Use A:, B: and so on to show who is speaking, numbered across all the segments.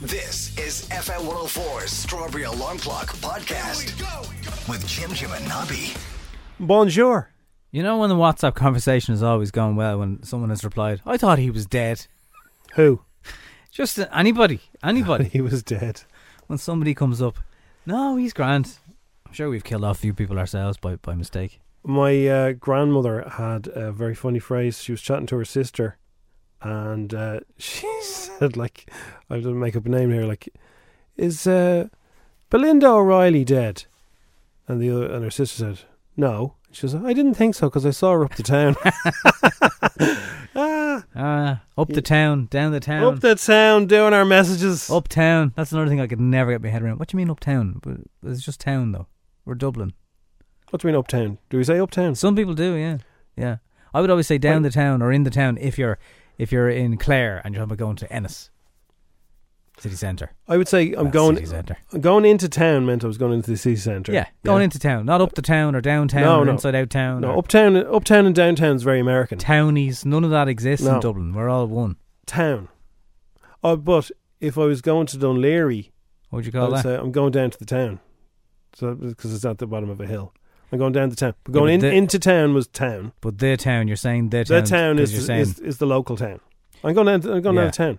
A: This is FM 104's Strawberry Alarm Clock Podcast with Jim Jim and Nobby.
B: Bonjour.
C: You know when the WhatsApp conversation has always gone well when someone has replied, I thought he was dead.
B: Who?
C: Just uh, anybody, anybody.
B: He was dead.
C: when somebody comes up, no, he's grand. I'm sure we've killed off a few people ourselves by, by mistake.
B: My uh, grandmother had a very funny phrase. She was chatting to her sister, and uh, she said, "Like, I'm gonna make up a name here. Like, is uh, Belinda O'Reilly dead?" And the other, and her sister said, "No." She was, "I didn't think so because I saw her up the town,
C: Ah, up the town, down the town,
B: up the town, doing our messages."
C: uptown. That's another thing I could never get my head around. What do you mean uptown? But It's just town though. We're Dublin.
B: What do you mean uptown? Do we say uptown?
C: Some people do, yeah, yeah. I would always say down the town or in the town if you're if you're in Clare and you're talking about going to Ennis city centre.
B: I would say I'm
C: That's
B: going
C: city centre.
B: going into town meant I was going into the city centre.
C: Yeah, going into town, not up the town or downtown
B: No,
C: or
B: no.
C: inside out town.
B: no
C: or
B: uptown. Uptown and downtown is very American.
C: townies. None of that exists
B: No.
C: in Dublin. We're all one.
B: town. Oh, but if I was going to Dunleary,
C: What would you
B: I
C: call
B: would
C: that?
B: say I'm going down to the town. So because it's at the bottom of a hill, I'm going down the town. But
C: Yeah,
B: going
C: but
B: in,
C: the-
B: into town was town.
C: But their town, you're saying their town.
B: That town
C: because
B: is,
C: you're
B: is,
C: saying
B: is the local town. I'm going down. To, I'm going
C: Yeah.
B: down to town,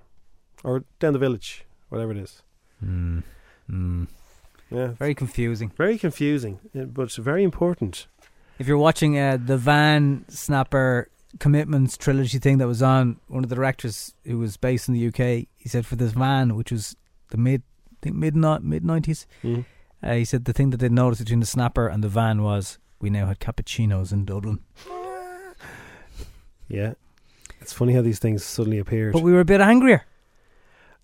B: or down the village, whatever it is.
C: Hmm.
B: Yeah,
C: very confusing.
B: very confusing, yeah, but it's very important.
C: If you're watching uh, the Van Snapper Commitments trilogy thing that was on, one of the directors who was based in the UK, he said for this van, which was the mid I think mid mid nineties,
B: Mhm.
C: uh, he said the thing that they noticed between the Snapper and the van was we now had cappuccinos in Dublin,
B: Yeah, it's funny how these things suddenly appeared.
C: but we were a bit angrier.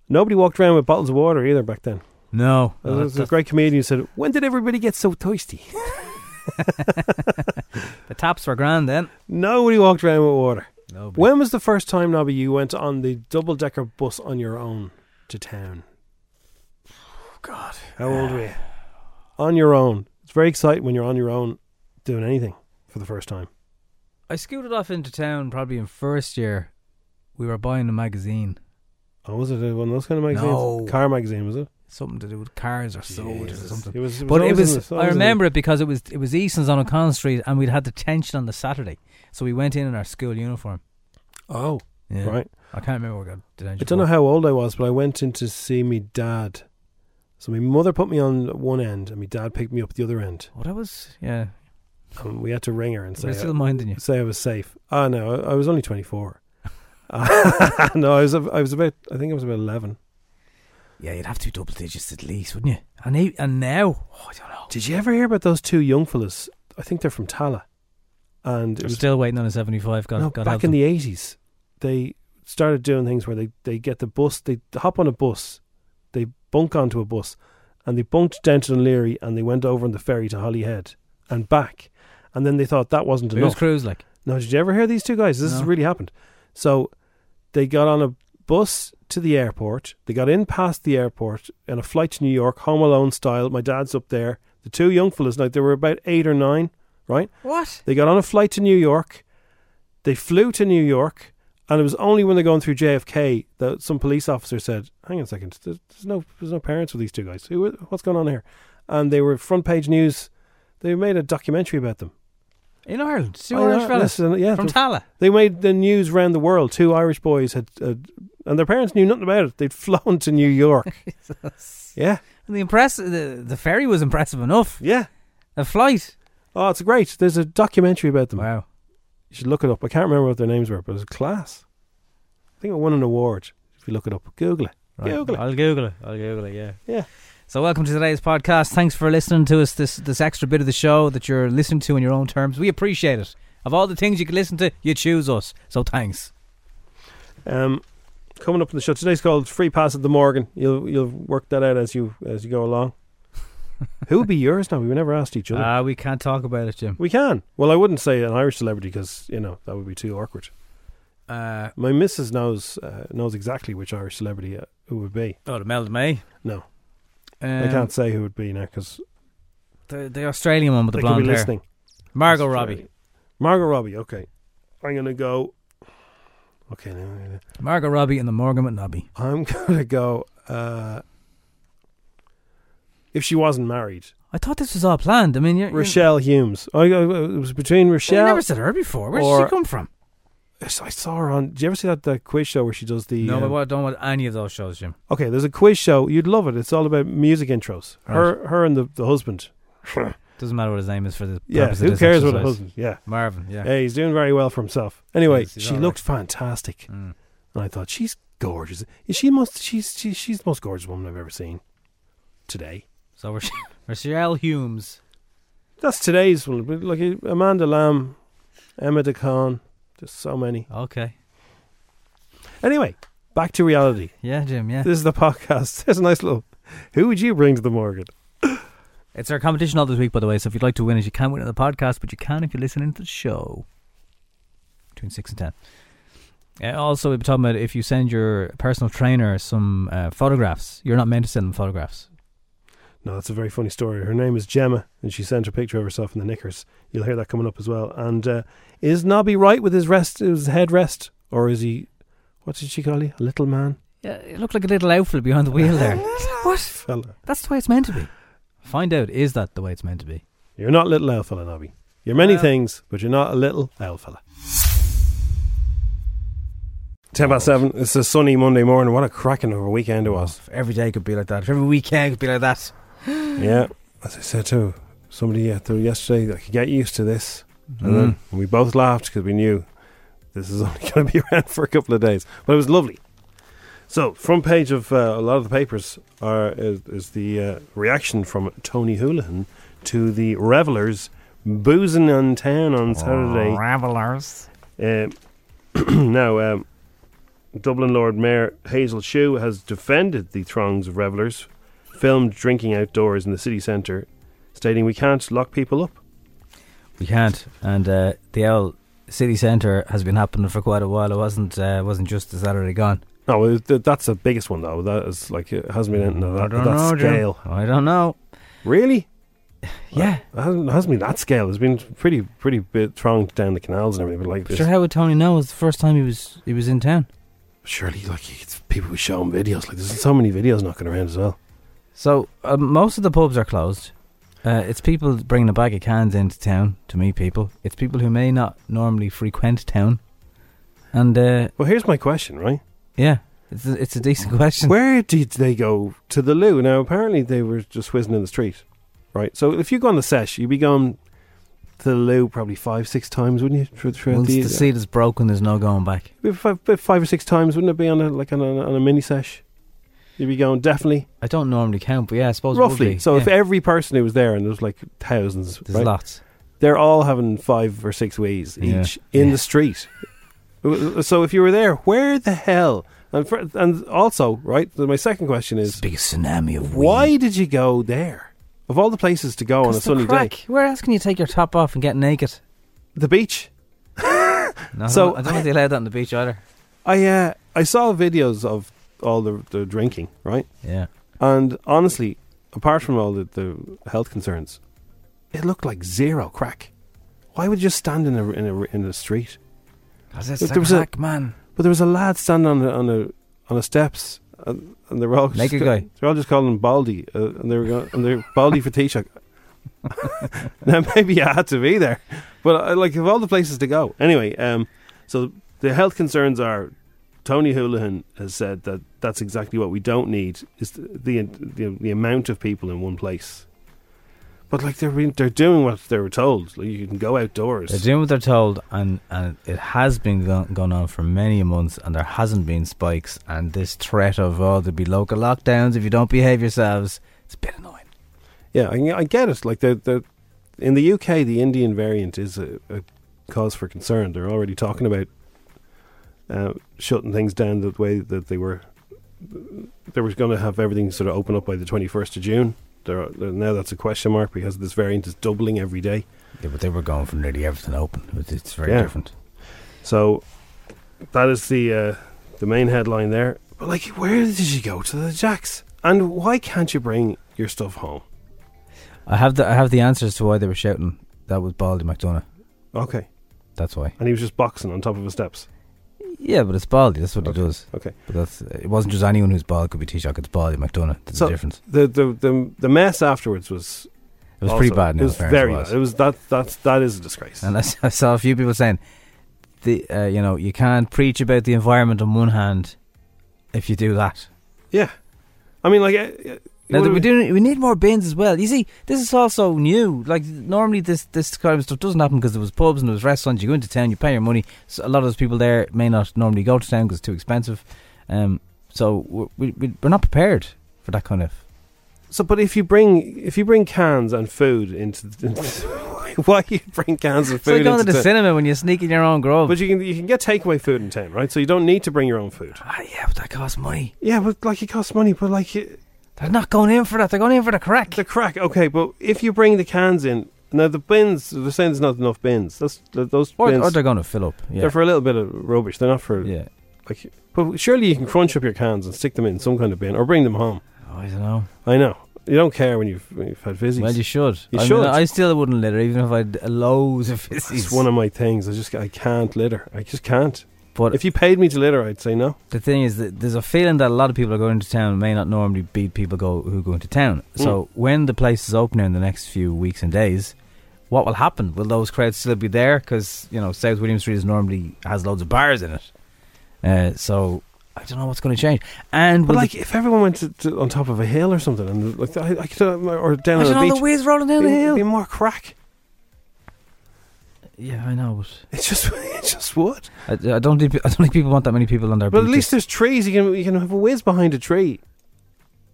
B: Nobody walked around with bottles of water either back then.
C: No,
B: There was a great comedian who said, "When did everybody get so thirsty?"
C: the taps were grand then.
B: Nobody walked around with water.
C: Nobody.
B: When was the first time, Nobby, you went on the double decker bus on your own to town? Oh, God. How old were you? On your own. It's very exciting when you're on your own doing anything for the first time.
C: I scooted off into town probably in first year. We were buying a magazine,
B: Oh, was it one of those kind of magazines?
C: No.
B: Car magazine, was it?
C: something to do with cars or sold or
B: Jesus.
C: something.
B: It was- it was
C: but it
B: always in
C: was.
B: the-
C: I
B: always in the-
C: remember it because it was it was Easton's on O'Connell Street, and we'd had the tension on the Saturday, so we went in in our school uniform.
B: Oh,
C: Yeah.
B: right.
C: I can't remember what got did I,
B: I don't know how old I was, but I went in to see me dad. So my mother put me on one end and my dad picked me up the other end.
C: What I was, yeah,
B: And we had to ring her and say,
C: we're still minding you.
B: say I was safe. Ah, no, I, I was only 24. no, I was a- I was about I think I was about 11.
C: Yeah, you'd have to be double digits at least, wouldn't you? And he, and now, oh, I don't know.
B: Did you ever hear about those two young fellas? I think they're from Tala. And it
C: We're
B: was
C: still waiting on a seventy-five. God,
B: no,
C: God help
B: back in
C: them.
B: the 80s. They started doing things where they, they get the bus, they hop on a bus, they bunk onto a bus, and they bunked down to Leary and they went over on the ferry to Holyhead and back. And then they thought that wasn't
C: Blues
B: enough.
C: Cruise, like
B: No, did you ever hear these two guys? This has
C: No.
B: really happened. So they got on a bus to the airport. They got in past the airport on a flight to New York, home alone style. My dad's up there. The two young fellas, like they were about eight or nine, right?
C: what?
B: They got on a flight to New York. They flew to New York, and it was only when they're going through JFK that some police officer said, "Hang on a second, there's, there's no there's no parents with these two guys. Who? What's going on here?" And they were front page news. They made a documentary about them.
C: In Ireland, two
B: Oh,
C: Irish
B: yeah,
C: fellas
B: listen, yeah,
C: from
B: the-
C: Tala.
B: They made the news round the world. Two Irish boys had, uh, and their parents knew nothing about it. They'd flown to New York. yeah,
C: And the impress the, the ferry was impressive enough.
B: yeah.
C: The flight.
B: Oh, it's great. There's a documentary about them.
C: Wow.
B: You should look it up. I can't remember what their names were, but it was class. I think it won an award. If you look it up, Google it. Google it.
C: I'll Google it. I'll Google it. Yeah.
B: Yeah.
C: So welcome to today's podcast. Thanks for listening to us. This this extra bit of the show that you're listening to on your own terms. We appreciate it. Of all the things you could listen to, you choose us. So thanks.
B: Um, coming up in the show today's called "Free Pass at the Morgan." You'll you'll work that out as you as you go along. Who would be yours now? We never asked each other.
C: Ah, we can't talk about it, Jim.
B: we can. Well, I wouldn't say an Irish celebrity because you know that would be too awkward.
C: Uh,
B: My missus knows uh, knows exactly which Irish celebrity uh, it would be.
C: oh, the Melda May.
B: No,
C: Um,
B: I can't say who it would be now because
C: The, the Australian one with the
B: they could be
C: blonde hair.
B: listening.
C: Margot Robbie.
B: Margot Robbie. Okay, I'm gonna go. Okay, no, no, no.
C: Margot Robbie and the Morgan McNobby.
B: I'm gonna go. Uh, if she wasn't married,
C: I thought this was all planned. I mean, you're, you're-
B: Rochelle Humes. I, I it was between
C: Well,
B: Rochelle.
C: you never said her before. Where did
B: or-
C: she come from?
B: I saw her on. Did you ever see that, that quiz show where she does the?
C: No,
B: um,
C: I don't want any of those shows, Jim.
B: Okay, there's a quiz show. You'd love it. It's all about music intros. Her, her, and the, the husband.
C: Doesn't matter what his name is for the
B: Yeah,
C: purpose of
B: who
C: this
B: cares what a
C: exercise.
B: husband? Yeah.
C: Marvin, yeah.
B: Hey, he's doing very well for himself. Anyway,
C: Yes, he's
B: she
C: all
B: looked fantastic,
C: Mm.
B: and I thought she's gorgeous. She must. She's she, she's the most gorgeous woman I've ever seen. Today.
C: So Roch- Rochelle Humes.
B: That's today's one. But, Like uh, Amanda Lamb, Emma DeCon, just so many.
C: Okay.
B: Anyway, back to reality.
C: Oh. Yeah, Jim, yeah.
B: This is the podcast. There's a nice little. Who would you bring to the Morgan?
C: It's our competition all this week, by the way. So if you'd like to win it, you can win it on the podcast, but you can if you listen into the show between 6 and 10. And also, we've been talking about if you send your personal trainer some uh, photographs, you're not meant to send them photographs.
B: No, that's a very funny story. Her name is Gemma, and she sent a picture of herself in the knickers. You'll hear that coming up as well. And uh, is Nobby right with his rest, his head rest, or is he? What did she call you? A little man,
C: Yeah, it looked like a little outfit behind the wheel there. what?
B: fella.
C: That's the way it's meant to be. Find out, is that the way it's meant to be?
B: You're not little owl fella, Nobby. You're many
C: Well-
B: things, but you're not a little owl fella. Ten past seven. It's a sunny Monday morning. What a cracking of a weekend it was.
C: If every day could be like that. If every weekend could be like that.
B: Yeah, as I said to somebody out there yesterday, I could get used to this. And then we both laughed because we knew this is only going to be around for a couple of days. But it was lovely. So, front page of uh, a lot of the papers are is, is the uh, reaction from Tony Houlihan to the revelers boozing on town on Saturday.
C: Travelers.
B: Um, now, um, Dublin Lord Mayor Hazel Shue has defended the throngs of revellers filmed drinking outdoors in the city centre, stating, We can't lock people up.
C: We can't. And uh, the old city centre has been happening for quite a while. It wasn't uh, wasn't just the Saturday gone.
B: No, well, th- that's the biggest one, though. That is like, it hasn't been anything of that, that
C: Jim.
B: scale.
C: I don't know.
B: Really?
C: Yeah.
B: It hasn't, it hasn't been that scale. It's been pretty, pretty bit thronged down the canals and everything, but like
C: But
B: this.
C: sure, how would Tony know? It was the first time he was he was in town.
B: Surely, like, it's people who show him videos. Like, there's so many videos knocking around as well.
C: So uh, most of the pubs are closed. Uh, it's people bringing a bag of cans into town to meet people. It's people who may not normally frequent town. And uh,
B: Well, here's my question, right?
C: yeah, it's a, it's a decent question.
B: Where did they go to the loo? Now, apparently, they were just whizzing in the street, right? So, if you go on the sesh, you'd be going to the loo probably five, six times, wouldn't you? Through, throughout
C: Once
B: the,
C: the seat is broken, there's no going back.
B: About five, about five or six times, wouldn't it be on a like on a, on a mini sesh? You'd be going definitely
C: I don't normally count, but yeah, I suppose it would
B: roughly.
C: be.
B: So,
C: yeah.
B: if every person who was there, and there was like thousands,
C: there's
B: right,
C: lots.
B: they're all having five or six ways
C: Yeah.
B: each in
C: Yeah.
B: the street. So, if you were there, where the hell? And for, and also, right? My second question is.
C: It's the biggest tsunami of
B: Why did you go there? Of all the places to go on a sunny day,
C: Where else can you take your top off and get naked?
B: the beach.
C: No,
B: So-
C: so I don't think they allowed that on the beach either.
B: I uh, I saw videos of all the the drinking, right?
C: Yeah,
B: And honestly, apart from all the, the health concerns, it looked like zero crack. Why would you just stand in a in a in the street?
C: it's
B: If there was a-
C: crack, man.
B: But there was a lad standing on a, on a on a steps, and, and they're all just
C: Naked
B: ca-
C: guy.
B: They're all just calling him Baldy, uh, and they're go- and they're Baldy for Taoiseach. now maybe I had to be there, but I, like of all the places to go. Anyway, um, so the health concerns are. Tony Houlihan has said that that's exactly what we don't need is the the, the amount of people in one place. But like they're being- they're doing what they were told. Like you can go outdoors.
C: They're doing what they're told, and, and it has been go- going on for many months, and there hasn't been spikes. And this threat of oh, there'll be local lockdowns if you don't behave yourselves, it's a bit annoying.
B: Yeah, I, I get it. Like the the in the UK, the Indian variant is a, a cause for concern. They're already talking about uh, shutting things down the way that they were. They were going to have everything sort of open up by the twenty first of June. There are, now that's a question mark because this variant is doubling every day.
C: Yeah, but they were going for nearly everything open. It's, it's very
B: Yeah.
C: different.
B: So that is the uh, the main headline there. But like, where did you go to the Jacks? And why can't you bring your stuff home?
C: I have the I have the answers to why they were shouting. That was Baldy McDonough.
B: Okay,
C: That's why.
B: and he was just boxing on top of his steps.
C: Yeah, but it's Baldy. That's what
B: Okay.
C: he does.
B: Okay,
C: But that's it. Wasn't just anyone who's bald could be Taoiseach. It's Baldy McDonough. That's
B: So-
C: the difference.
B: the the the, the mess afterwards was
C: It was pretty
B: also-
C: bad.
B: It was very bad. It
C: bad.
B: was that that's that is a disgrace.
C: And I s- I saw a few people saying, the uh, you know you can't preach about the environment on one hand, if you do that.
B: yeah, I mean like. uh, uh,
C: Now
B: what
C: that
B: do
C: we do, we need more bins as well. You see, this is also new. Like normally, this this kind of stuff doesn't happen because there was pubs and there was restaurants. You go into town, you pay your money. So a lot of those people there may not normally go to town because it's too expensive. Um, so we're, we we- we're not prepared for that kind of.
B: So, but if you bring if you bring cans and food into, the, why you bring cans and
C: It's like
B: food
C: going to
B: into
C: the
B: town?
C: cinema when you sneak in your own grove.
B: But you can you can get takeaway food in town, right? So you don't need to bring your own food.
C: ah, yeah, but that costs money.
B: Yeah, but like it costs money. But like it,
C: They're not going in for that. They're going in for the crack.
B: the crack, okay. But if you bring the cans in, now the bins, they're saying there's not enough bins. That's th- those
C: or,
B: bins.
C: or
B: they're,
C: they're going to fill up. Yeah,
B: for a little bit of rubbish. They're not for
C: yeah.
B: like. But surely you can crunch up your cans and stick them in some kind of bin or bring them home.
C: Oh, I don't know.
B: I know you don't care when you've, when you've had fizzies.
C: Well, you should.
B: You
C: I mean,
B: should.
C: I still wouldn't litter, even if I had loads of
B: it's
C: fizzies.
B: one of my things. I just I can't litter. I just can't.
C: but
B: If you paid me to litter, I'd say no.
C: the thing is that there's a feeling that a lot of people are going to town and may not normally be people go who go into town.
B: Hmm.
C: So when the place is opening in the next few weeks and days, what will happen? Will those crowds still be there? Because you know South William Street is normally has loads of bars in it. Uh, so I don't know what's going to change. And
B: But
C: will
B: like,
C: the,
B: if everyone went to, to, on top of a hill or something, and like I, I could, uh, or down
C: imagine
B: on a
C: all
B: beach,
C: the waves rolling down the
B: it'd be
C: hill.
B: more crack.
C: Yeah, I know, but
B: It just, it just would.
C: I, I don't think I don't think people want that many people on their.
B: But at
C: beaches.
B: least there's trees. You can you can have a whiz behind a tree.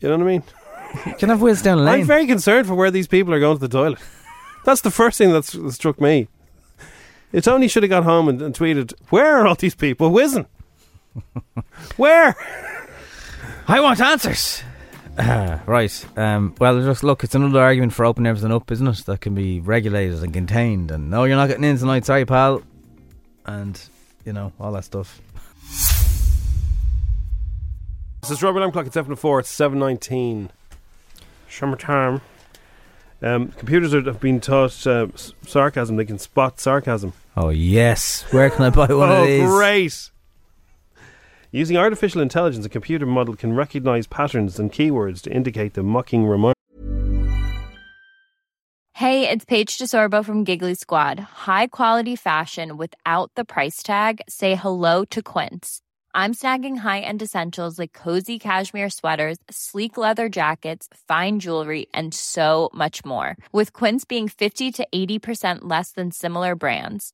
B: You know what I mean?
C: You can have waves down a lane.
B: I'm very concerned for where these people are going to the toilet. That's the first thing that's, that struck me. It's only should have got home and, and tweeted, "Where are all these people whizzing? where?"
C: I want answers. right. Um, well, just look, it's another argument for opening everything up, isn't it? That can be regulated and contained. And no, you're not getting in tonight. Sorry, pal. And, you know, all that stuff.
B: This is Robert Lamb Clock. It's seven oh four. It's seven nineteen. Summertime. Um, computers are, have been taught uh, s- sarcasm. They can spot sarcasm.
C: Oh, yes. Where can I buy one
B: oh,
C: of these?
B: great! Using artificial intelligence, a computer model can recognize patterns and keywords to indicate the mocking remark.
D: Hey, it's Paige DeSorbo from Giggly Squad. High quality fashion without the price tag. Say hello to Quince. I'm snagging high-end essentials like cozy cashmere sweaters, sleek leather jackets, fine jewelry, and so much more. With Quince being 50 to 80% less than similar brands.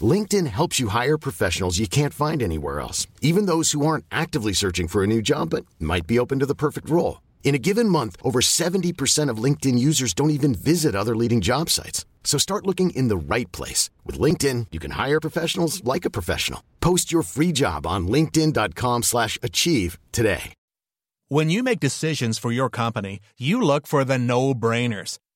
E: LinkedIn helps you hire professionals you can't find anywhere else, even those who aren't actively searching for a new job but might be open to the perfect role. In a given month, over 70% of LinkedIn users don't even visit other leading job sites. So start looking in the right place. With LinkedIn, you can hire professionals like a professional. Post your free job on linkedin.com/achieve slash achieve today.
F: When you make decisions for your company, you look for the no brainers.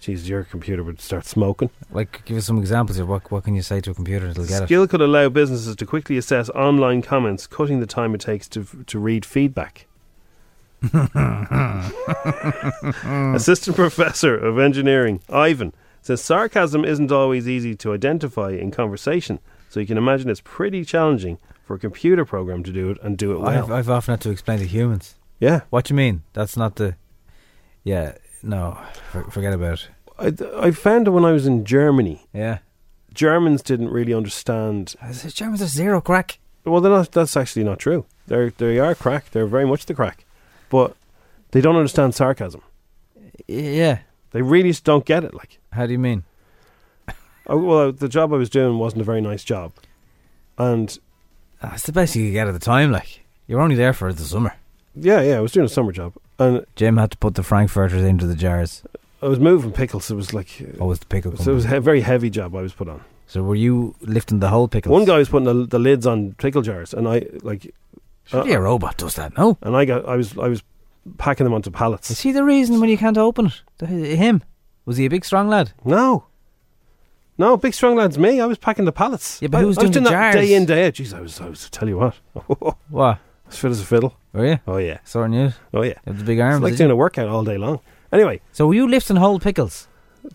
B: geez, your computer would start smoking.
C: Like, give us some examples here. What what can you say to a computer that'll get it?
B: Skill could allow businesses to quickly assess online comments, cutting the time it takes to to read feedback.
C: Hmm.
B: Assistant Professor of Engineering, Ivan, says sarcasm isn't always easy to identify in conversation, so you can imagine it's pretty challenging for a computer program to do it and do it well.
C: I've, I've often had to explain to humans.
B: yeah.
C: What you mean? That's not the. Yeah, no, for, forget about it.
B: I, I found that when I was in Germany,
C: Yeah. Uh,
B: Germans didn't really understand.
C: The Germans are zero crack.
B: Well, they're not, that's actually not true. They're, they are crack. They're very much the crack. But they don't understand sarcasm.
C: Yeah.
B: They really just don't get it. Like,
C: How do you mean?
B: I, well, uh, the job I was doing wasn't a very nice job. And
C: That's Ah, the best you could get at the time, like. You're only there for the summer.
B: yeah, yeah, I was doing a summer job. And
C: Jim had to put the Frankfurters into the jars.
B: I was moving pickles. It was like, uh,
C: Oh, was the pickle
B: so it was
C: company.
B: a very heavy job I was put on.
C: So were you lifting the whole pickles?
B: One guy was putting the, the lids on pickle jars, and I like, uh,
C: Surely a robot does that, no?
B: and I got, I was, I was packing them onto pallets.
C: Is he the reason when you can't open it? The- Him? Was he a big, strong lad?
B: No. No, big strong lad's me. I was packing the pallets.
C: Yeah, but
B: I,
C: who was
B: I was
C: doing
B: doing
C: the
B: that
C: jars?
B: day in, day out. Jeez, I was, I was, tell you what. I
C: What?
B: was fit as a fiddle.
C: Were you?
B: Oh, yeah.
C: Sorting you? out?
B: Oh, yeah.
C: You have the big
B: It's
C: arms.
B: like
C: did you?
B: doing a workout all day long. Anyway,
C: So were you lifting whole pickles?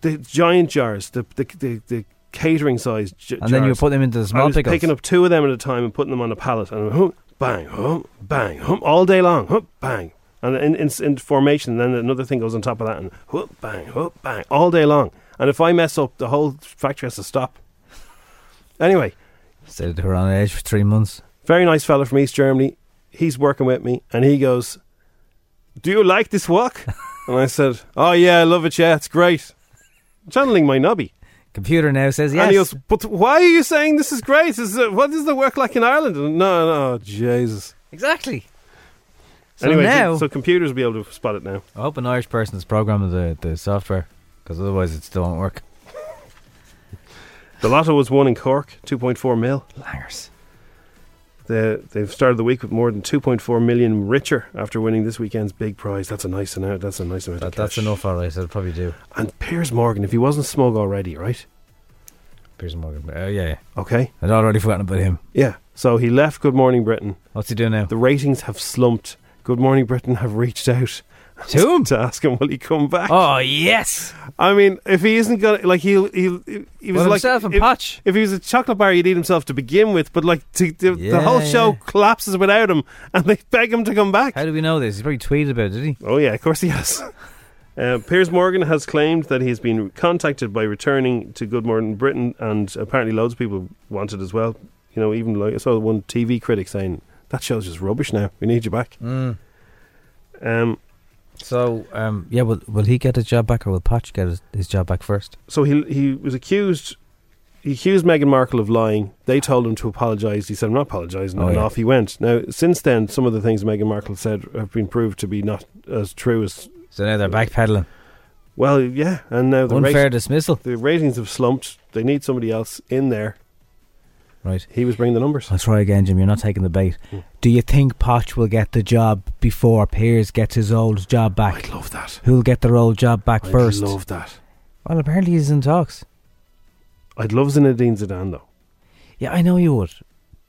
B: the giant jars, the, the, the, the catering size j-
C: And then you
B: jars.
C: put them into the
B: I
C: small
B: was
C: pickles?
B: picking up two of them at a time and putting them on a pallet. And hum, bang, hum, bang, hum, all day long. Hum, bang. And in, in, in formation, then another thing goes on top of that. And hum, bang, hum, bang, all day long. And if I mess up, the whole factory has to stop. Anyway,
C: Said they were on edge for three months.
B: very nice fella from East Germany. He's working with me, and he goes, "Do you like this work?" and I said, "Oh yeah, I love it. Yeah, it's great." Channeling my nubby.
C: Computer now says
B: And he
C: yes.
B: goes, "But why are you saying this is great? Is it, what is the work like in Ireland?" And, no, no, Jesus.
C: Exactly. So
B: anyway,
C: now,
B: so, so computers will be able to spot it now.
C: I hope an Irish person is programming the, the software, because otherwise it still won't work.
B: The lotto was won in Cork, two point four mil.
C: Langers.
B: They, they've started the week with more than two point four million richer after winning this weekend's big prize. That's a nice amount. That's a nice amount.
C: That,
B: of
C: that's
B: cash.
C: enough, alright. I'll probably do.
B: And Piers Morgan, if he wasn't smug already, right?
C: Piers Morgan. Oh, yeah, yeah.
B: Okay.
C: I'd already forgotten about him.
B: Yeah. So he left Good Morning Britain.
C: What's he doing now?
B: The ratings have slumped. Good Morning Britain have reached out
C: To him?
B: to ask him will he come back.
C: Oh, yes!
B: I mean, if he isn't gonna like he'll he'll he was
C: Well,
B: like
C: himself and
B: if,
C: Potch.
B: if he was a chocolate bar, he'd eat himself to begin with. But like to, the the whole
C: Yeah,
B: show
C: yeah.
B: collapses without him, and they beg him to come back.
C: How do we know this? He probably tweeted about it, did he?
B: Oh yeah, of course he has. Uh, Piers Morgan has claimed that he's been contacted by returning to Good Morning Britain, and apparently loads of people want it as well. You know, even like I saw one TV critic saying that show's just rubbish. Now we need you back. Um,
C: Mm. So, um, yeah, will, will he get his job back or will Potch get his, his job back first?
B: so he he was accused. He accused Meghan Markle of lying. They told him to apologise. He said, "I'm not apologising,"
C: Oh,
B: and
C: yeah.
B: off he went. Now, since then, some of the things Meghan Markle said have been proved to be not as true as
C: So now they're backpedaling.
B: well. Yeah, and now the
C: Unfair
B: rate,
C: dismissal.
B: the ratings have slumped. They need somebody else in there.
C: Right.
B: He was bringing the numbers.
C: I'll try again, Jim. You're not taking the bait.
B: Hmm.
C: Do you think Potch will get the job before Piers gets his old job back?
B: I'd love that.
C: Who'll get their old job back
B: I'd
C: first?
B: love that.
C: Well, apparently he's in talks.
B: I'd love Zinedine Zidane though.
C: Yeah, I know you would,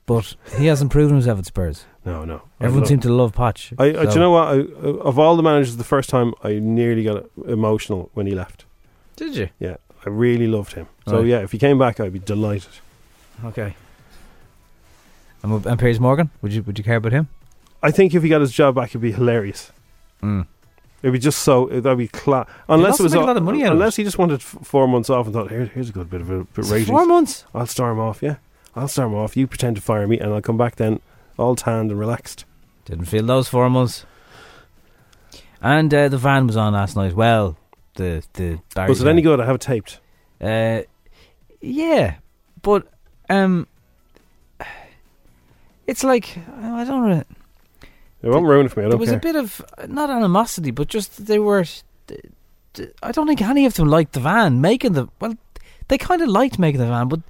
C: but he hasn't proven himself at Spurs.
B: No, no. I'd
C: Everyone
B: love-
C: seemed to love Potch.
B: I, I do
C: so-
B: you know what? I, of all the managers, the first time I nearly got emotional when he left.
C: Did you?
B: Yeah, I really loved him. So
C: Right.
B: yeah, if he came back, I'd be delighted.
C: Okay. And, and Piers Morgan, would you would you care about him?
B: I think if he got his job back, it'd be hilarious.
C: Mm.
B: It'd be just so that'd be class. Unless
C: must
B: it was
C: make a
B: all-
C: lot of money out of
B: unless he just wanted f- four months off and thought, Here, here's a good bit of a bit ratings.
C: Four months.
B: I'll storm off. Yeah, I'll storm off. You pretend to fire me, and I'll come back then, all tanned and relaxed.
C: Didn't feel those four months. And uh, the van was on last night. Well, the the Barry
B: was it any
C: van.
B: good? I have it taped.
C: Uh, yeah, but um, it's like I don't know.
B: It won't ruin it for me. I
C: There
B: don't
C: was
B: care.
C: a bit of not animosity, but just that they were. I don't think any of them liked the van making the. Well, they kind of liked making the van, but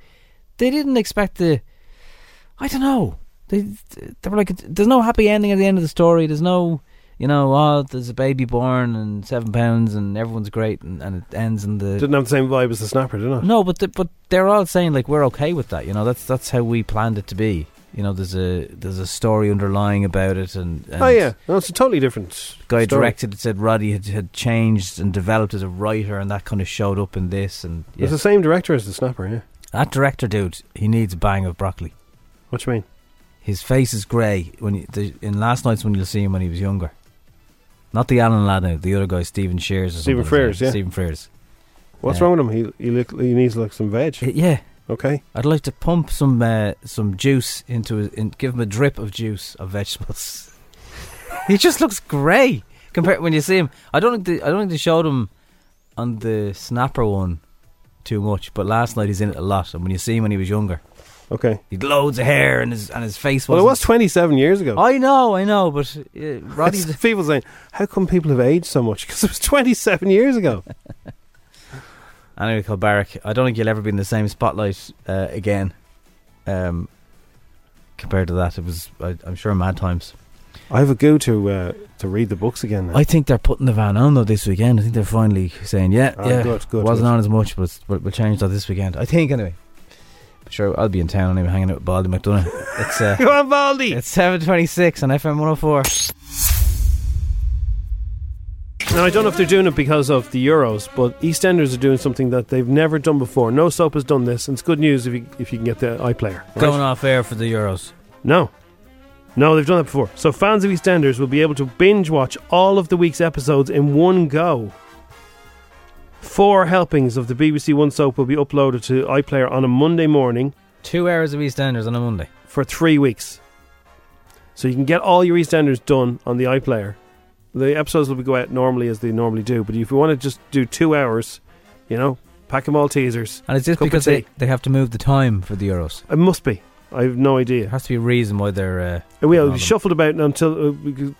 C: they didn't expect the. I don't know. They they were like, there's no happy ending at the end of the story. There's no you know, oh, there's a baby born and seven pounds and everyone's great and, and it ends in the
B: Didn't have the same vibe as the snapper, did it?
C: no, but the, but they're all saying like we're okay with that. You know, that's that's how we planned it to be. You know, there's a there's a story underlying about it, and, and
B: oh yeah, no, it's a totally different
C: guy who
B: story.
C: directed it said Roddy had, had changed and developed as a writer, and that kind of showed up in this. And yeah.
B: It's the same director as the snapper. Yeah,
C: that director dude, he needs a bang of broccoli.
B: what do you mean?
C: His face is grey when you, the, in last night's when you'll see him when he was younger. Not the Alan lad now, the other guy, Stephen Shears. Or
B: Stephen
C: something like that.
B: Frears, yeah.
C: Stephen Frears.
B: What's
C: Yeah.
B: wrong with him? He he, look, he needs like some veg.
C: Yeah,
B: Okay,
C: I'd like to pump some uh, some juice into his, in, give him a drip of juice of vegetables. he just looks grey compared when you see him. I don't think they, I don't think they showed him on the snapper one too much, but last night he's in it a lot. And when you see him when he was younger,
B: okay.
C: he'd loads of hair and his and his face
B: Well,
C: was.
B: it was 27 years ago.
C: I know, I know, but uh, Roddy's
B: It's people saying, "How come people have aged so much?" Because it was 27 years ago.
C: Anyway, Kilbarrack, I don't think you'll ever be in the same spotlight uh, again. Um, compared to that, it was I, I'm sure mad times.
B: I have a go to uh, to read the books again. Now.
C: I think they're putting the van on though this weekend. I think they're finally saying, yeah,
B: Ah,
C: yeah,
B: good, good,
C: wasn't
B: good.
C: on as much, but it's- but we'll change that this weekend. I think anyway. But sure, I'll be in town anyway, hanging out with Baldy McDonough. It's uh,
B: Go on, Baldy.
C: it's seven twenty six on FM one hundred four.
B: Now I don't know if they're doing it because of the Euros, but EastEnders are doing something that they've never done before. No soap has done this, and it's good news if you if you can get the iPlayer. right?
C: Going off air for the Euros.
B: No. No, they've done that before. So fans of EastEnders will be able to binge watch all of the week's episodes in one go. Four helpings of the BBC One soap will be uploaded to iPlayer on a Monday morning
C: Two hours of EastEnders on a Monday.
B: for three weeks. So you can get all your EastEnders done on the iPlayer. The episodes will go out normally as they normally do, but if you want to just do two hours, you know, pack them all teasers.
C: And it's just
B: Cup of
C: because they,
B: tea.
C: they have to move the time for the Euros.
B: It must be. I have no idea. Oh,
C: There has to be a reason why they're uh,
B: It will
C: Problem.
B: be shuffled about until uh,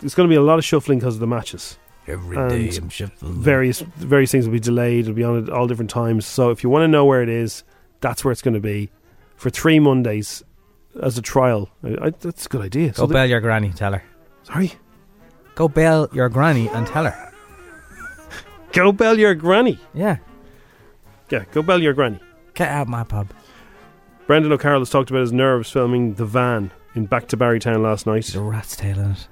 B: it's going to be a lot of shuffling because of the matches.
C: every
B: And
C: day I'm shuffling.
B: various various things will be delayed. It'll be on at all different times. So if you want to know where it is, that's where it's going to be for three Mondays as a trial. I, I, that's a good idea.
C: Go
B: the-
C: bail your granny, tell her.
B: sorry,
C: Go bail your granny and tell her.
B: go bell your granny.
C: Yeah,
B: Yeah, go bell your granny.
C: get out my pub.
B: Brendan O'Carroll has talked about his nerves filming the van in Back to Barrytown last night.
C: There's a rat's tail in it.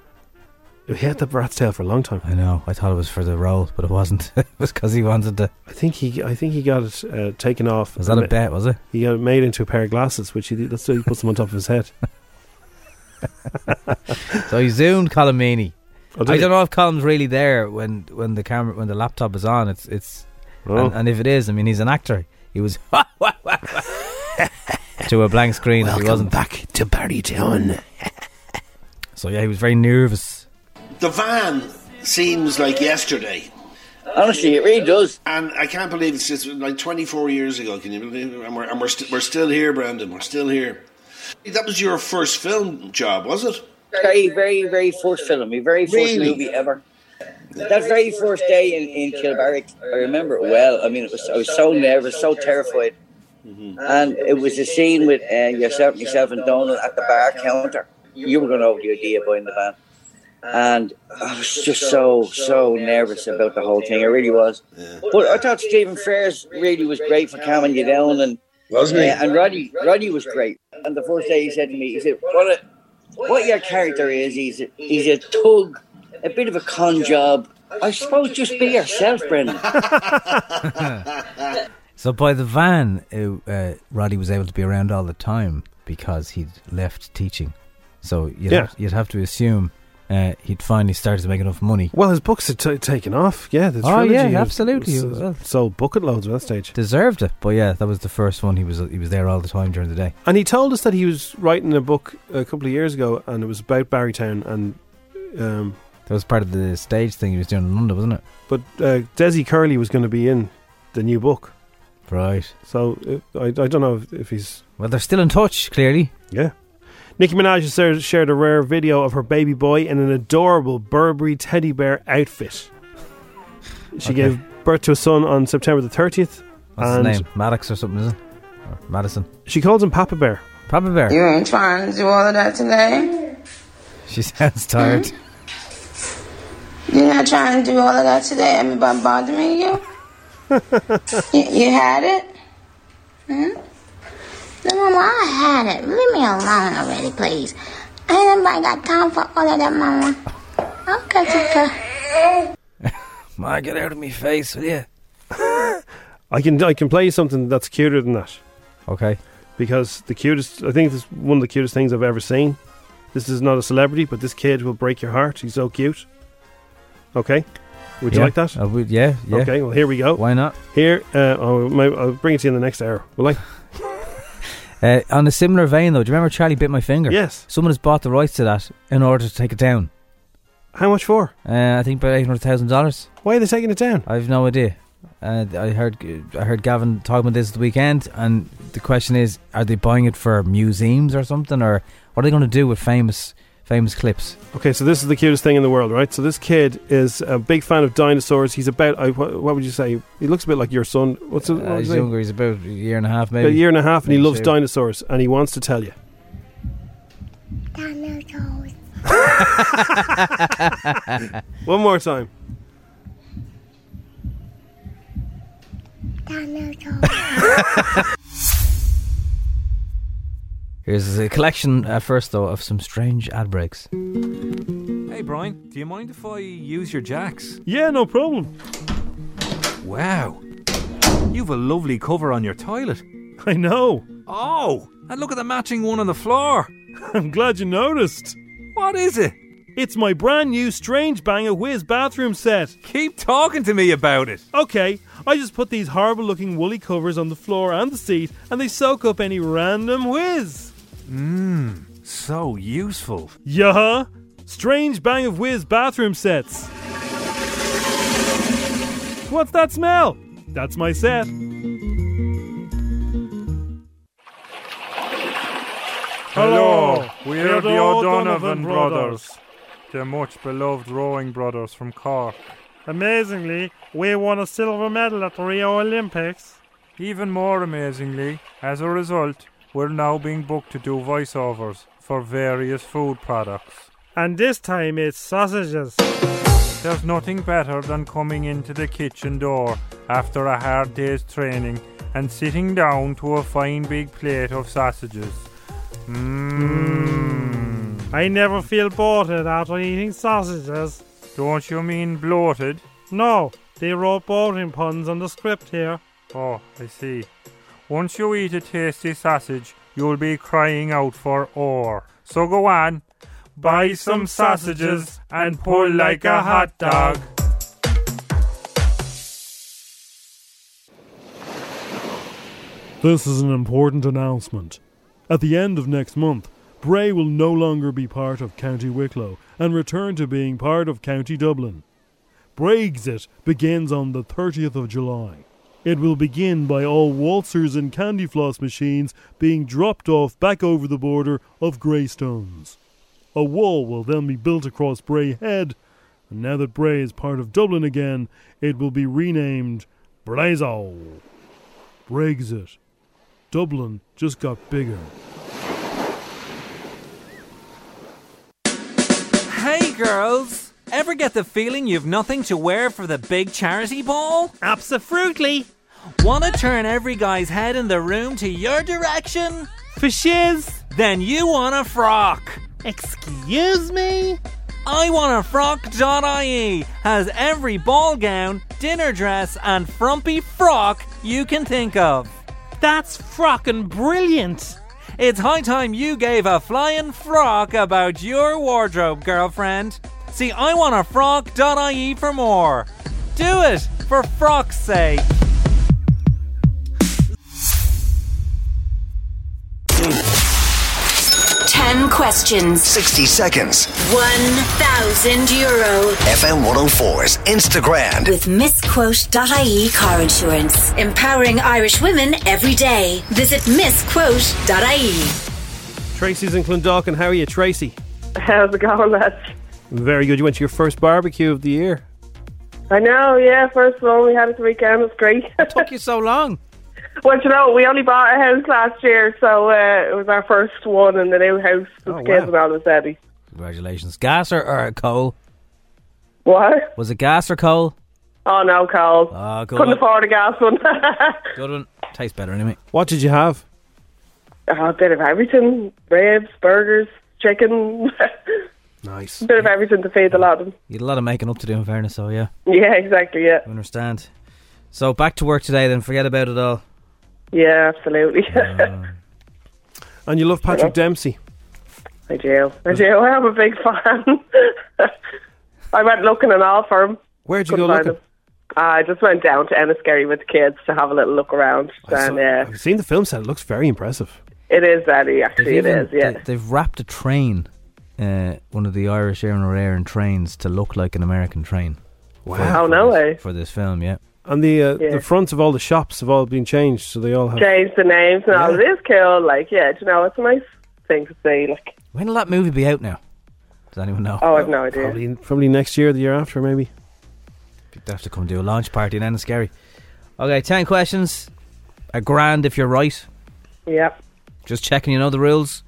B: He had the rat's tail for a long time.
C: I know. I thought it was for the role, but it wasn't. it was because he wanted to.
B: I think he, I think he got it uh, taken off.
C: Was that a bet? Was it?
B: He got it made into a pair of glasses, which he did- that's why he puts them on top of his head.
C: So he zoomed Colomini.
B: Oh, did
C: I
B: he?
C: don't know if Colum's really there when when the camera when the laptop is on. It's it's
B: Oh.
C: and, and if it is, I mean, he's an actor. He was to a blank screen. if he wasn't.
A: back to Barrytown.
C: So yeah, he was very nervous.
G: The van seems like yesterday,
H: Honestly, it really does.
G: and I can't believe it's just like 24 years ago. Can you believe it? And we're and we're, st- we're still here, Brandon. We're still here. That was your first film job, was it?
H: Very, very, very first film, my very first
G: Really?
H: movie ever. That very first day in, in Kilbarrack, I remember it well. I mean, it was I was so nervous, so terrified. Mm. And it was a scene with uh, yourself, myself, and Donald at the bar counter. You were going over the idea of buying the van. And I was just so, so nervous about the whole thing. I really was. But I thought Stephen Frears really was great for calming you down. And
G: Wasn't he?
H: Yeah, and Roddy, Roddy was great. And the first day he said to me, he said, "What, a, what your character is? He's a, he's a tug, a bit of a con job. I suppose just be yourself, Brendan."
C: So by the van, uh, uh, Roddy was able to be around all the time because he'd left teaching. So you'd,
B: Yeah.
C: have, you'd have to assume uh, he'd finally started to make enough money
B: Well, his books had t- taken off. Yeah, the
C: Oh,
B: trilogy uh,
C: yeah,
B: had-
C: absolutely.
B: s-
C: Well-
B: sold bucket loads at that stage.
C: deserved it. But yeah, that was the first one. He was he was there all the time during the day.
B: And he told us that he was writing a book a couple of years ago, and it was about Barrytown. And um,
C: That was part of the stage thing he was doing in London, wasn't it?
B: but uh, Desi Curley was going to be in the new book,
C: Right.
B: so uh, I, I don't know if, if he's
C: Well, they're still in touch. Clearly,
B: yeah. Nicki Minaj has shared- shared a rare video of her baby boy in an adorable Burberry teddy bear outfit. She
C: Okay.
B: gave birth to a son on September the thirtieth,
C: what's
B: And-
C: his name? Maddox or something, is it? Or Madison.
B: She calls him Papa Bear.
C: Papa Bear.
I: You ain't trying to do all of that today.
C: She sounds tired.
I: You're not trying to do all of that today. I'm bombarding you. you. You had it? Hmm? No, Mama, I had it. Leave me alone already, please. Ain't nobody got time for all of that, Mama. I'll catch it.
C: Man, get out of me face, will you?
B: I can I can play you something that's cuter than that
C: Okay.
B: because the cutest I think this is one of the cutest things I've ever seen. This is not a celebrity, but this kid will break your heart. He's so cute. Okay, would you
C: Yeah.
B: like that?
C: I would, yeah, yeah.
B: Okay, well here we go.
C: Why not?
B: Here, uh, oh, my, I'll bring it to you in the next hour. Will I?
C: Uh, on a similar vein, though, do you remember Charlie bit my finger?
B: Yes.
C: Someone has bought the rights to that in order to take it down.
B: How much for?
C: Uh, I think about eight hundred thousand dollars.
B: Why are they taking it down?
C: I've no idea. Uh, I heard I heard Gavin talking about this at the weekend, and the question is: Are they buying it for museums or something, or what are they going to do with famous famous clips?
B: Okay, so this is the cutest thing in the world, right? So this kid is a big fan of dinosaurs. He's about I, what, what would you say? He looks a bit like your son. What's his,
C: Uh,
B: what was
C: he's
B: his name?
C: younger; he's about a year and a half, maybe.
B: A year and a half, and he
C: Maybe
B: loves
C: two.
B: dinosaurs, and he wants to tell you.
I: Dinosaurs.
B: One more time.
I: Dinosaurs.
C: Here's a collection uh, first, though, of some strange ad breaks.
J: Hey Brian, do you mind if I use your jacks?
B: Yeah, no problem.
J: Wow. You've a lovely cover on your toilet.
B: I know.
J: Oh, and look at the matching one on the floor.
B: I'm glad you noticed.
J: What is it?
B: It's my brand new Strange Banger Whiz bathroom set.
J: Keep talking to me about it.
B: Okay, I just put these horrible looking woolly covers on the floor and the seat, and they soak up any random whiz.
J: Hmm, So useful.
B: Yeah. Strange Bang of Whiz bathroom sets. What's that smell? That's my set. Hello,
K: we're the O'Donovan brothers, the much beloved rowing brothers from Cork.
B: Amazingly, we won a silver medal at the Rio Olympics.
K: Even more amazingly, as a result, we're now being booked to do voiceovers for various food products.
B: And this time it's sausages.
K: There's nothing better than coming into the kitchen door after a hard day's training and sitting down to a fine big plate of sausages. Mmm.
B: I never feel bloated after eating sausages.
K: Don't you mean bloated?
B: No, they wrote boating puns on the script here.
K: Oh, I see. Once you eat a tasty sausage, you'll be crying out for more. So go on, buy some sausages and pull like a hot dog.
B: This is an important announcement. At the end of next month, Bray will no longer be part of County Wicklow and return to being part of County Dublin. Brexit begins on the 30th of July. It will begin by all waltzers and candy floss machines being dropped off back over the border of Greystones. A wall will then be built across Bray Head, and now that Bray is part of Dublin again, it will be renamed Brazo. Brexit. Dublin just got bigger.
J: Hey girls, ever get the feeling you've nothing to wear for the big charity ball?
B: Absolutely.
J: Wanna turn every guy's head in the room to your direction?
B: For shiz.
J: Then you want a frock.
B: Excuse me?
J: I want a frock.ie has every ball gown, dinner dress, and frumpy frock you can think of.
B: That's frockin' brilliant.
J: It's high time you gave a flying frock about your wardrobe, girlfriend. See, I want a frock.ie for more. Do it for frock's sake.
L: Ten questions,
A: 60 seconds.
L: one thousand euro
A: FM 104's Instagram.
L: with misquote.ie car insurance. Empowering Irish women every day. Visit misquote.ie.
B: Tracy's in Clondalkin. How are you, Tracy?
M: How's it going, lads?
B: Very good. You went to your first barbecue of the year.
M: I know, yeah, first one we had it the weekend, it was great.
C: Took you so long.
M: well, you know, we only bought a house last year, so uh, it was our first one in the new house with
C: Oh,
M: the kids
C: wow.
M: and all the steady.
C: Congratulations, gas or, or coal?
M: What?
C: Was it gas or coal?
M: Oh no, Carl.
C: Ah, good
M: Couldn't
C: one.
M: afford a gas one.
C: Good one. Tastes better anyway.
B: What did you have?
M: oh, a bit of everything: ribs, burgers, chicken.
B: nice.
M: A bit of everything to feed the lot of them.
C: You had a lot of making up to do, in fairness, so yeah.
M: Yeah, exactly. Yeah,
C: I understand. So back to work today then, forget about it all.
M: yeah, absolutely.
C: Ah.
B: And you love Patrick Dempsey.
M: I do. I do. I am a big fan. I went looking and all for him.
B: Where'd
M: you
B: go looking?
M: I just went down to Enniskerry with the kids to have a little look around, and uh,
B: I've seen the film set, it looks very impressive.
M: it is Eddie. Actually, it
C: even-
M: is. Yeah.
C: they- they've wrapped a train, uh, one of the Irish Air and Air and trains, to look like an American train.
B: Wow.
M: Oh, no
C: this,
M: way.
C: For this film, yeah.
B: And the uh,
M: Yeah.
B: the fronts of all the shops have all been changed, so they all have.
M: Change the names and all. It is cool. Like, yeah, do you know, it's a nice thing to see. Like,
C: When will that movie be out now? Does anyone know?
M: oh, I've no idea.
B: Probably, probably next year, the year after, maybe.
C: They have to come do a launch party and then it's scary. Okay, 10 questions. A grand if you're right.
M: Yep.
C: Just checking you know the rules.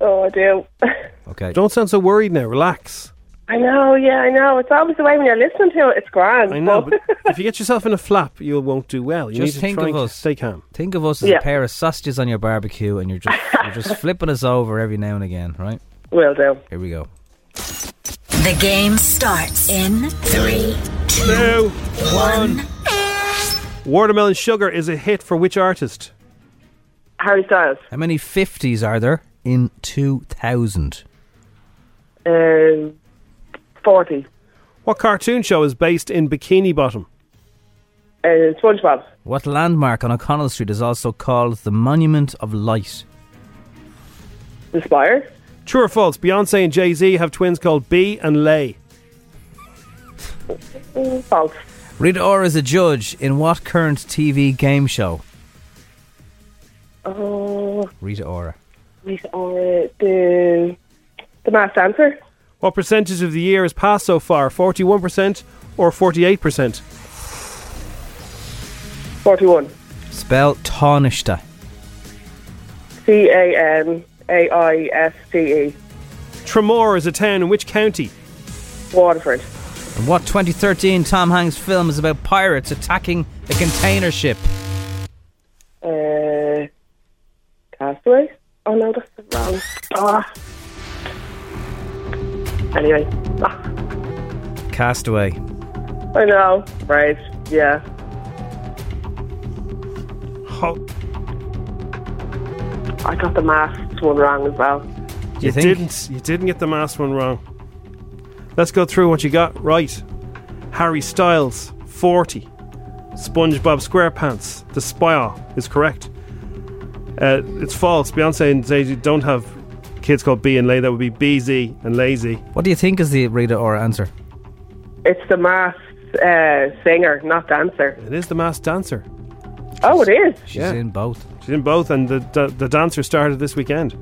M: Oh, I do.
C: Okay.
B: Don't sound so worried now. Relax.
M: I know. Yeah, I know. It's always the way when you're listening to it. It's grand.
B: I know, but if you get yourself in a flap, you won't do well. You
C: Just
B: need to
C: think
B: try
C: of
B: and
C: us.
B: stay calm.
C: Think of us as
M: Yeah.
C: a pair of sausages on your barbecue and you're just you're just flipping us over every now and again, right?
M: Will do.
C: Here we go.
L: The game starts in three,
B: two,
L: one.
B: Watermelon Sugar is a hit for which artist?
M: Harry Styles.
C: How many 50s are there in 2000?
M: Um, 40.
B: What cartoon show is based in Bikini Bottom?
M: Uh, SpongeBob.
C: What landmark on O'Connell Street is also called the Monument of Light?
M: Inspire.
B: True or false? Beyonce and Jay Z have twins called B and Lay.
M: Mm, False.
C: Rita Ora is a judge in what current TV game show?
M: Oh,
C: Rita Ora.
M: we are the, the mass dancer.
B: What percentage of the year has passed so far? Forty-one percent or forty-eight percent?
M: 41.
C: Spell Tarnishta.
M: C A N A I S T E.
B: Tremor is a town in which county?
M: Waterford.
C: And what 2013 Tom Hanks film is about pirates attacking a container ship?
M: Uh, Castaway? Oh no, that's the wrong. Ah. Anyway, ah,
C: Castaway.
M: I know, right? Yeah.
B: Ho-
M: I got the masks one wrong as well.
B: you
C: think?
B: didn't. You didn't get the mass one wrong. Let's go through what you got right. Harry Styles, forty. SpongeBob SquarePants, the Spire is correct. Uh, it's false. Beyonce and Jay Z don't have kids called B and Lay. That would be BZ and Lazy.
C: What do you think is the Rita Ora answer?
M: It's the masked uh, singer, not dancer.
B: It is the masked dancer.
M: Oh, it is.
C: She's in both.
B: She's in both, and the the, the dancer started this weekend.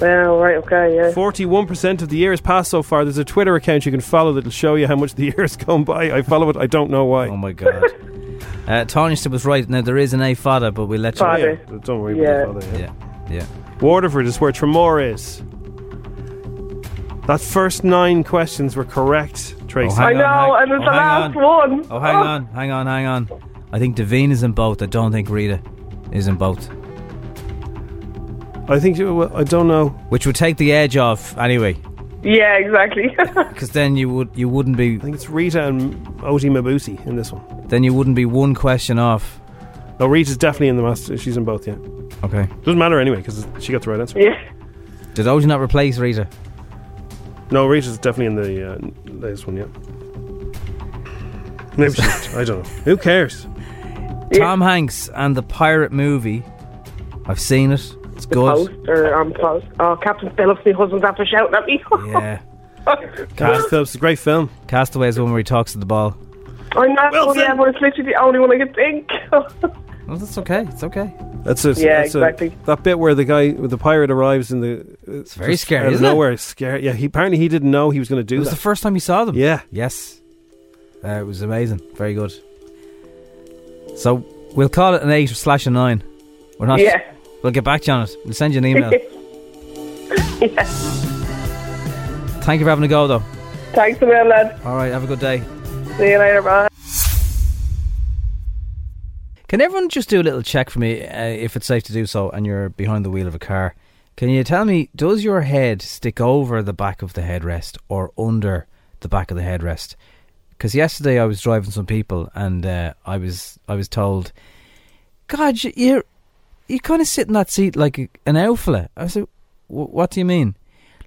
M: Well, right, okay, yeah.
B: Forty-one percent of the year has passed so far. There's a Twitter account you can follow that'll show you how much the year has gone by. I follow it. I don't know why.
C: Oh my god. uh, Tarnishta was right. Now there is an A fada, but we let you.
M: Fada.
B: Yeah, don't worry about
M: Yeah.
C: Yeah,
B: that.
C: yeah.
B: Waterford is where Tremor is. That first nine questions were correct, Tracy.
C: Oh, hang
M: I know,
C: hang-
M: and it's
C: oh,
M: the
C: hang
M: last
C: on.
M: one.
C: Oh, hang on, hang on, hang on. I think Devine is in both. I don't think Rita is in both.
B: I think you- well, I don't know.
C: Which would take the edge off anyway,
M: Yeah, exactly.
C: because then you would you wouldn't be
B: I think it's Rita and Oti Mabusi in this one.
C: then you wouldn't be one question off.
B: No, Rita's definitely in the master. She's in both. Yeah,
C: Okay.
B: doesn't matter anyway because she got the right answer.
M: yeah.
C: Did Oji not replace Rita?
B: No, Rita's definitely in the uh, latest one. Yeah, maybe she. I don't know. Who cares?
C: Tom Hanks and the pirate movie. I've seen it. It's good.
M: Post or on post. Oh, Captain Phillips, my husband's after shouting at me.
C: Yeah.
B: Cast Phillips, a great film.
C: Castaway is the one where he talks to the ball.
M: I'm not
B: Wilson.
M: well, yeah, but it's literally the only one I can think.
C: Well, that's okay. It's okay.
B: That's it.
M: Yeah,
B: that's a-
M: exactly.
B: that bit where the guy, with the pirate, arrives in the. It's
C: very scary,
B: Out of
C: isn't it?
B: nowhere, it's scary. Yeah, he apparently he didn't know he was going to
C: It
B: do
C: was
B: that.
C: the first time you saw them.
B: yeah,
C: Yes. Uh, it was amazing. Very good. So we'll call it an eight slash a nine. We're not.
M: Yeah.
C: We'll get back to you on it. We'll send you an email.
M: yeah.
C: Thank you for having a go, though.
M: Thanks a million, lad.
C: All right, have a good day.
M: See you later, bye.
C: Can everyone just do a little check for me, uh, if it's safe to do so, and you're behind the wheel of a car? Can you tell me, does your head stick over the back of the headrest or under the back of the headrest? Because yesterday I was driving some people, and uh, I was I was told, God, you- you're you kind of sit in that seat like a- an elfla. I said, "Wh- What do you mean?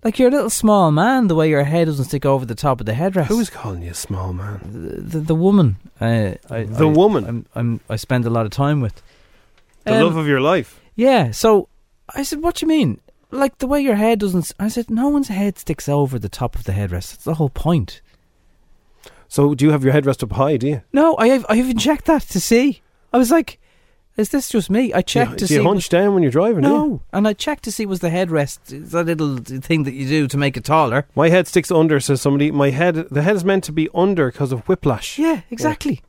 C: Like you're a little small man. The way your head doesn't stick over the top of the headrest. Who
B: was calling you a small man?
C: The the, the woman. Uh, I,
B: The
C: I-
B: woman?
C: I'm, I'm I spend a lot of time with.
B: The
C: Um,
B: love of your life.
C: yeah, so I said, "What do you mean? Like the way your head doesn't?" s-" I said, "No one's head sticks over the top of the headrest. That's the whole point."
B: So do you have your headrest up high? Do you?
C: No, I have, I even checked that to see. I was like, "Is this just me?" I checked
B: do you,
C: to
B: do
C: see.
B: you hunch down when you're driving? do you?
C: no, and I checked to see was the headrest it's that little thing that you do to make it taller.
B: My head sticks under, says somebody. My head, the head is meant to be under because of whiplash.
C: Yeah, exactly.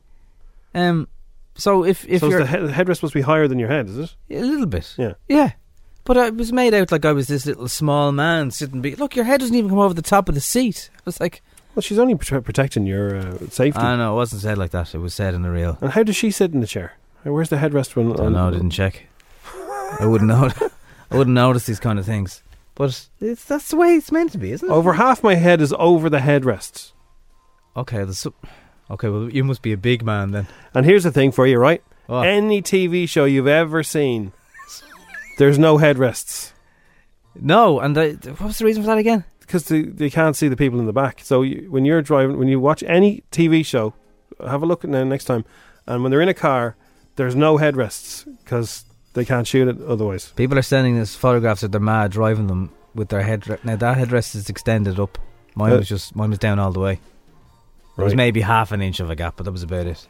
C: Um, so if if
B: so is
C: you're
B: the, head, the headrest must be higher than your head, is it?
C: A little bit.
B: Yeah.
C: Yeah. But I was made out like I was this little small man sitting. Be- Look, your head doesn't even come over the top of the seat. I was like,
B: Well, she's only protect- protecting your uh, safety.
C: I know it wasn't said like that. It was said in the real.
B: and how does she sit in the chair? Uh, Where's the headrest when?
C: I know. I didn't check. I wouldn't know. I wouldn't notice these kind of things. But it's that's the way it's meant to be, isn't it?
B: Over half my head is over the headrests.
C: Okay. There's so- okay. Well, you must be a big man then.
B: And here's the thing for you, right? Any TV show you've ever seen, there's no headrests.
C: No, and I, what was the reason for that again?
B: Because they, they can't see the people in the back. So you, when you're driving, when you watch any TV show, have a look at now next time. And when they're in a car, there's no headrests because they can't shoot it otherwise.
C: People are sending us photographs of their ma driving them with their head. Now that headrest is extended up. Mine
B: Uh,
C: was just mine was down all the way. There was
B: Right.
C: maybe half an inch of a gap, but that was about it.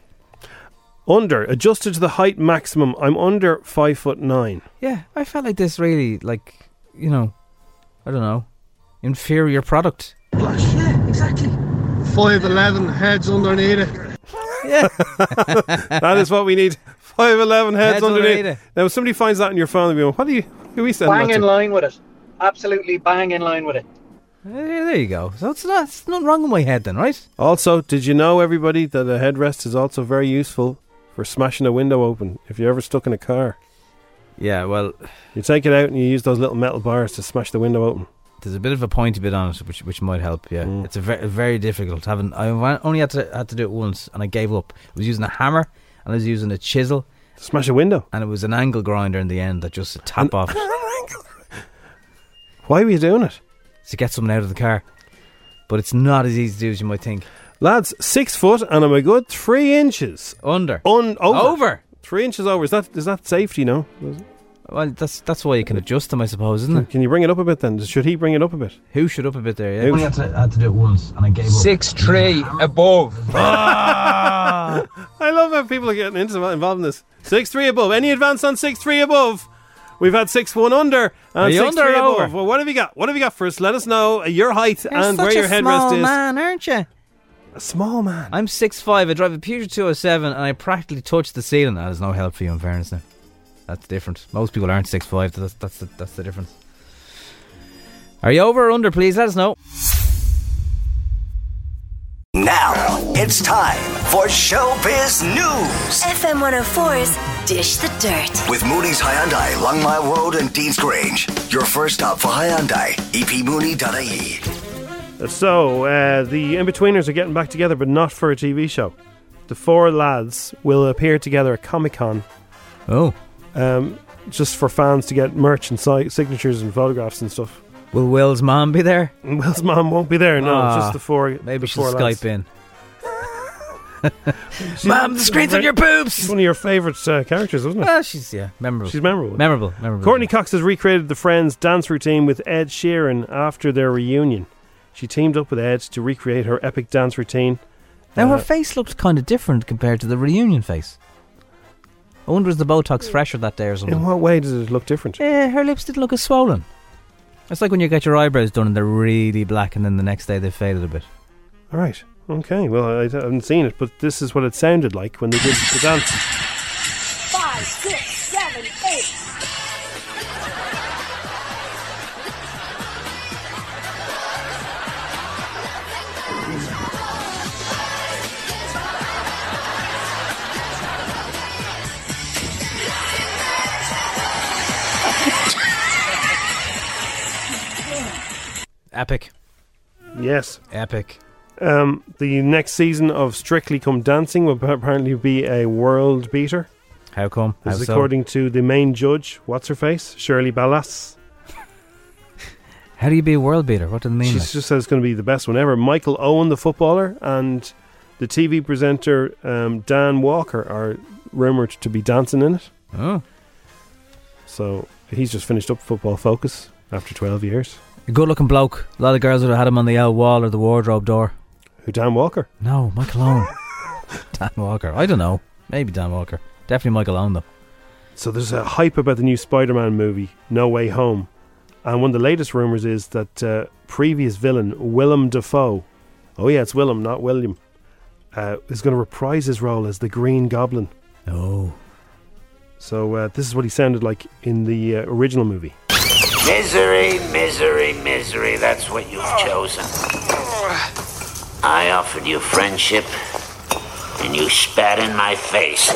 B: Under adjusted to the height maximum. I'm under five foot nine.
C: Yeah, I felt like this really, like you know, I don't know, inferior product.
N: Yeah, exactly. 5'11 heads underneath it.
C: Yeah.
B: that is what we need. Five eleven heads,
N: Heads
B: underneath.
N: underneath
B: Now, if somebody finds that in your phone, they'll be like, "What do you? Who are we sending
N: Bang
B: that
N: in
B: to?"
N: line with it. Absolutely bang in line with it.
C: Yeah, there you go. So it's not, it's not wrong with my head then, right?
B: Also, did you know everybody that a headrest is also very useful for smashing a window open if you're ever stuck in a car?
C: Yeah, well,
B: you take it out and you use those little metal bars to smash the window open. Mm.
C: There's a bit of a pointy bit on it, which which might help. Yeah, it's a very very difficult. Having I wa- only had to had to do it once, and I gave up. I was using a hammer and I was using a chisel.
B: Smash a window.
C: And it was an angle grinder in the end that just a tap off.
B: Why were you doing it?
C: To get someone out of the car. But it's not as easy to do as you might think.
B: Lads, six foot and I'm a good three inches
C: under.
B: Un over.
C: Over.
B: Three inches over. Is that is that safety? No.
C: Well, that's that's why you can adjust them, I suppose, isn't it?
B: Can you bring it up a bit then? Should he bring it up a bit?
C: Who should up a bit there? Yeah.
B: Who
C: Only had to, had to do it once, and I gave
N: Six three above.
B: Ah! I love how people are getting into involved in this. Six three above. Any advance on six three above? We've had six one under
C: Are
B: and
C: you
B: six
C: under
B: three
C: or
B: above.
C: over?
B: Well, what have you got? What have you got for us? Let us know your height
C: You're
B: and
C: such a
B: where your headrest
C: small
B: is.
C: man, aren't you?
B: A small man.
C: I'm six five. I drive a Peugeot 207, and I practically touch the ceiling. That is no help for you, in fairness. Now, that's different. Most people aren't six five. That's that's the, that's the difference. Are you over or under? Please let us know.
A: Now it's time for Showbiz News
L: FM 104's Dish the Dirt.
A: with Mooney's Hyundai, Longmire Road, and Dean's Grange. Your first stop for Hyundai, E epmooney.ie.
B: So uh, the in-betweeners are getting back together, but not for a TV show. The four lads will appear together at Comic Con.
C: Oh,
B: um, just for fans to get merch and si- signatures and photographs and stuff.
C: Will Will's mom be there?
B: Will's mom won't be there. No,
C: Ah,
B: just the four.
C: Maybe
B: the
C: she'll
B: four
C: Skype
B: lads.
C: in. Mom, the screen's on your boobs.
B: It's one of your favourite uh, characters, wasn't it?
C: Ah, she's yeah, memorable.
B: She's memorable.
C: Memorable, memorable.
B: Courtney Cox has recreated the Friends dance routine with Ed Sheeran after their reunion. She teamed up with Ed to recreate her epic dance routine.
C: Now
B: Uh,
C: her face looks kind of different compared to the reunion face. I wonder is the Botox fresher that day or something?
B: in what way does it look different?
C: Yeah, Hmm. Eh, her lips didn't look as swollen. It's like when you get your eyebrows done and they're really black, and then the next day they faded a bit.
B: All right. Okay. Well, I, I haven't seen it, but this is what it sounded like when they did the dance.
N: Five, six, seven, eight.
C: Epic.
B: Yes.
C: Epic.
B: Um, the next season of Strictly Come Dancing will apparently be a world beater.
C: How come?
B: This
C: How
B: is
C: so?
B: according to the main judge, what's her face, Shirley Ballas.
C: How do you be a world beater? What do they mean?
B: She
C: like?
B: just said it's going to be the best one ever. Michael Owen, the footballer, and the TV presenter um, Dan Walker are rumored to be dancing in it.
C: Oh.
B: So he's just finished up Football Focus after 12 years.
C: A good looking bloke. A lot of girls would have had him on the old wall or the wardrobe door.
B: Who, Dan Walker?
C: No, Michael Owen. Dan Walker. I don't know. Maybe Dan Walker. Definitely Michael Owen, though.
B: So there's a hype about the new Spider Man movie, No Way Home. And one of the latest rumours is that uh, previous villain, Willem Dafoe, oh yeah, it's Willem, not William, uh, is going to reprise his role as the Green Goblin.
C: Oh.
B: So uh, this is what he sounded like in the uh, original movie.
O: Misery, misery, misery, that's what you've chosen. I offered you friendship, and you spat in my face.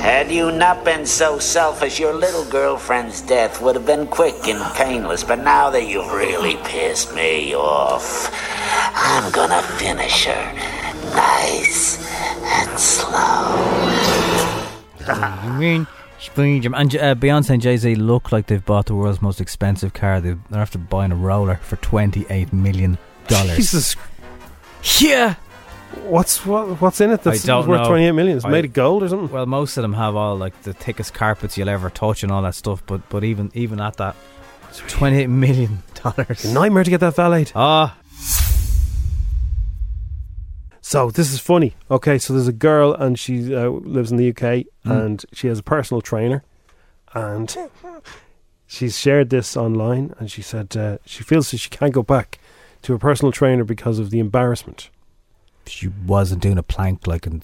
O: Had you not been so selfish, your little girlfriend's death would have been quick and painless, but now that you've really pissed me off, I'm gonna finish her nice and
N: oh.
O: slow.
C: Green Spoon And uh, Beyonce and Jay Z look like they've bought the world's most expensive car. They- They're after buying a roller for $28 million.
B: Jesus.
C: Yeah.
B: What's what, what's in it that's
C: I don't
B: worth
C: know.
B: 28 million? It's
C: I-
B: made of gold or something?
C: Well, most of them have all like the thickest carpets you'll ever touch and all that stuff. But but even even at that, twenty eight million dollars.
B: Nightmare to get that valeted.
C: Ah.
B: So this is funny. Okay, so there's a girl and she uh, lives in the UK and she has a personal trainer, and she's shared this online and she said uh, she feels that she can't go back to a personal trainer because of the embarrassment.
C: She wasn't doing a plank like in.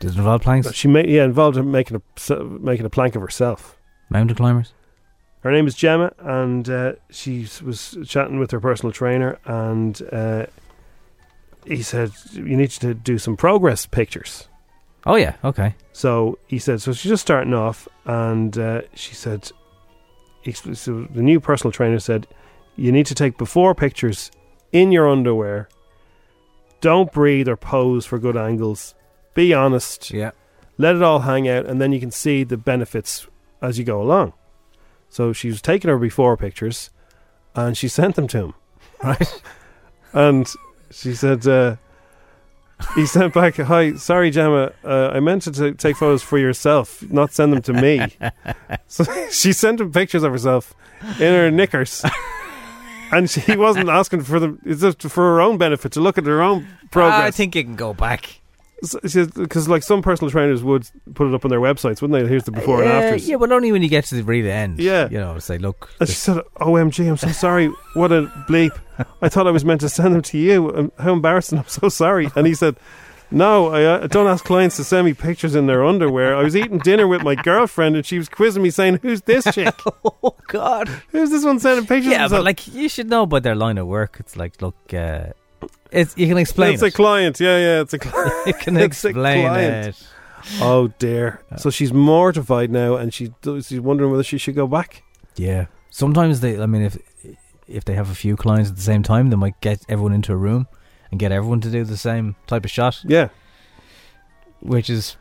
C: Does it involve planks?
B: She ma- yeah involved in making a so- making a plank of herself.
C: Mountain climbers.
B: Her name is Gemma, and uh, she s- was chatting with her personal trainer, and uh, he said, "You need to do some progress pictures."
C: Oh yeah. Okay.
B: So he said, "So she's just starting off," and uh, she said, he s- so "The new personal trainer said, you need to take before pictures in your underwear. Don't breathe or pose for good angles. Be honest.
C: Yeah.
B: Let it all hang out, and then you can see the benefits as you go along." So she was taking her before pictures, and she sent them to him.
C: Right.
B: and she said, uh, he sent back, "Hi, sorry, Gemma. Uh, I meant to t- take photos for yourself, not send them to me." so she sent him pictures of herself in her knickers, and she wasn't asking for them. It's just for her own benefit to look at her own progress.
C: I think you can go back.
B: because like some personal trainers would put it up on their websites, wouldn't they? Here's the before and
C: Uh,
B: afters.
C: yeah, but only when you get to the really end.
B: Yeah.
C: You know, say look.
B: And she said, "OMG, I'm so sorry. What a bleep! I thought I was meant to send them to you. Um, How embarrassing! I'm so sorry." And he said, "No, I uh, don't ask clients to send me pictures in their underwear. I was eating dinner with my girlfriend, and she was quizzing me, saying, "Who's this chick?
C: oh God,
B: who's this one sending pictures?"
C: Yeah,
B: of
C: but
B: herself?"
C: like you should know about their line of work. It's like look, uh, it's you can explain.
B: It's
C: it.
B: a client. Yeah, yeah, it's a client.
C: You can
B: It's a
C: explain
B: client.
C: it.
B: Oh dear. So she's mortified now, and she she's wondering whether she should go back.
C: Yeah. Sometimes they. I mean, if if they have a few clients at the same time, they might get everyone into a room and get everyone to do the same type of shot.
B: Yeah.
C: Which is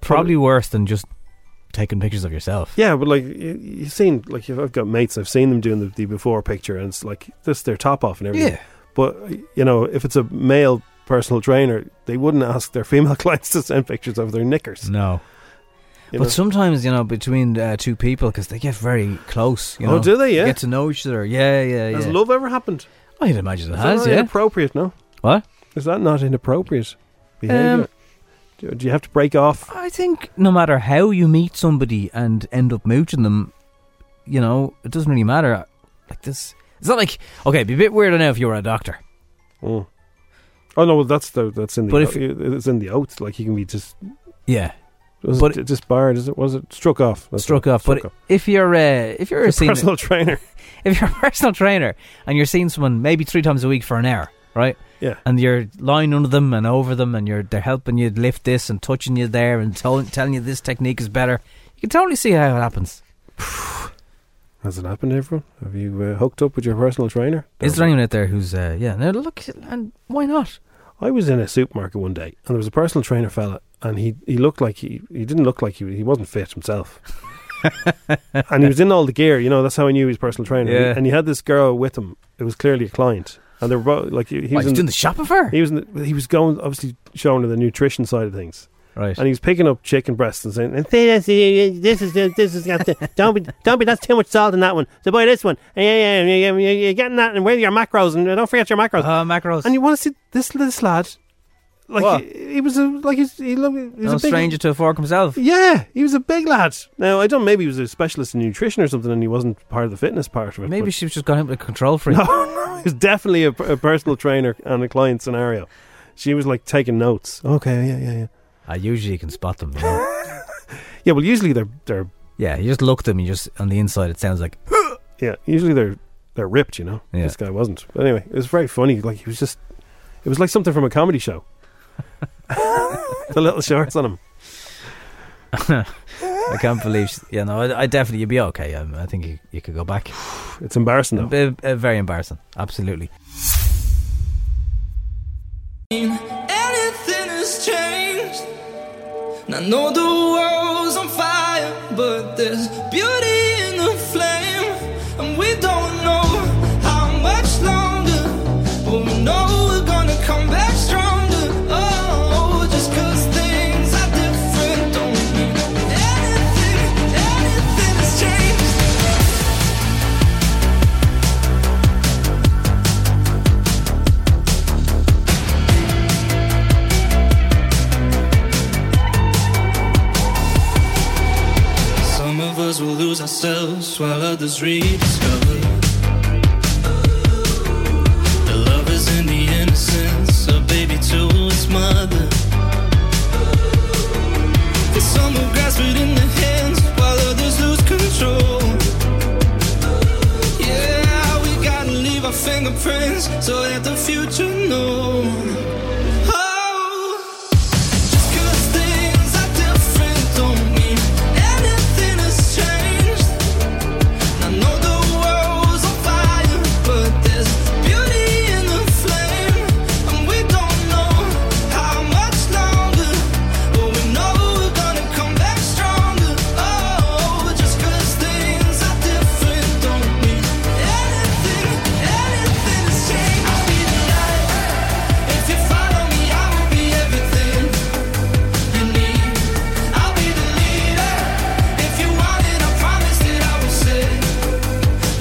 C: probably worse than just taking pictures of yourself.
B: Yeah, but like you, you've seen, like I've got mates, I've seen them doing the, the before picture, and it's like this their top off and everything.
C: Yeah.
B: But you know, if it's a male personal trainer, they wouldn't ask their female clients to send pictures of their knickers.
C: No.
B: You
C: but
B: know?
C: sometimes you know between uh, two people because they get very close. You
B: Oh,
C: know,
B: do they? Yeah.
C: get to know each other. Yeah, yeah, yeah.
B: Has love ever happened?
C: I'd imagine it
B: Is
C: has.
B: that not
C: Yeah.
B: inappropriate? No.
C: What?
B: Is that not inappropriate behavior?
C: Um,
B: do, do you have to break off?
C: I think no matter how you meet somebody and end up mooching them, you know, it doesn't really matter. Like this, it's not like okay, it'd be a bit weirder now if you were a doctor.
B: Mm. Oh no, well, that's the that's in the
C: But
B: but
C: if-
B: it's in the oath. Like you can be just
C: Yeah,
B: was
C: But-
B: it disbarred? Is it was it struck off? That's
C: struck
B: right,
C: off. But if you're uh, if you're a
B: It's a
C: senior-
B: personal trainer.
C: if you're a personal trainer and you're seeing someone maybe three times a week for an hour, right?
B: Yeah.
C: And you're lying under them and over them, and you're they're helping you lift this and touching you there and tell, telling you this technique is better. You can totally see how it happens.
B: Has it happened, to everyone? Have you uh, hooked up with your personal trainer?
C: Is there anyone out there who's uh, yeah? Now look, and why not?
B: I was in a supermarket one day, and there was a personal trainer fella, and he, he looked like he he didn't look like he he wasn't fit himself, and he was in all the gear. You know, that's how I knew he was a personal trainer.
C: Yeah.
B: And he had this girl with him. It was clearly a client, and they were both like he, he
C: What,
B: was
C: he was
B: in,
C: doing the shopping for her?
B: He was in the, he was going obviously showing her the nutrition side of things.
C: Right.
B: And he was picking up chicken breasts and saying, and
P: This is this is this is got to- don't be don't be. That's too much salt in that one. So buy this one. Yeah, yeah, yeah, yeah, yeah, You're getting that, and where are your macros? And don't forget your macros.
C: Uh, macros.
B: And you want to see this this lad? Like
C: What?
B: He, he was a like he's, he looked. He was
C: no
B: a big,
C: stranger to a fork himself.
B: Yeah, he was a big lad. Now I don't. Maybe he was a specialist in nutrition or something, and he wasn't part of the fitness part of it.
C: Maybe
B: but-
C: she was just got him with a control freak.
B: No, no, he was definitely a, a personal trainer and a client scenario. She was like taking notes. Okay, yeah, yeah, yeah.
C: I Ah, usually can spot them. You know?
B: yeah, well, usually they're they're
C: yeah. You just look at them. You just on the inside, it sounds like
B: yeah. Usually they're they're ripped, you know.
C: Yeah.
B: This guy wasn't. But anyway, it was very funny. Like he was just, it was like something from a comedy show. the little shorts on him.
C: I can't believe. She, yeah, no, I, I definitely you'd be okay. Um, I think you, you could go back.
B: It's embarrassing though.
C: B- uh, very embarrassing. Absolutely.
N: Anything has changed. And I know the world's on fire, but there's beauty in the flame. And we don't know how much longer, but we know we're gonna come back stronger. Oh, just 'cause things are different don't mean anything, anything has changed. Some of us will lose ourselves while others rediscover. The love is in the innocence of baby to its mother. And Some will grasp it in their hands while others lose control. Yeah, we gotta leave our fingerprints so that the future knows. Oh, just 'cause things are different don't mean anything has changed. I know the world's on fire, but there's beauty in the flame, and we don't know how much longer, but we know we're gonna come back stronger. Oh, just 'cause things are different don't mean anything, anything has changed. I'll be the light if you follow me. I will be everything you need. I'll be the leader. If you want it, I promise that I will set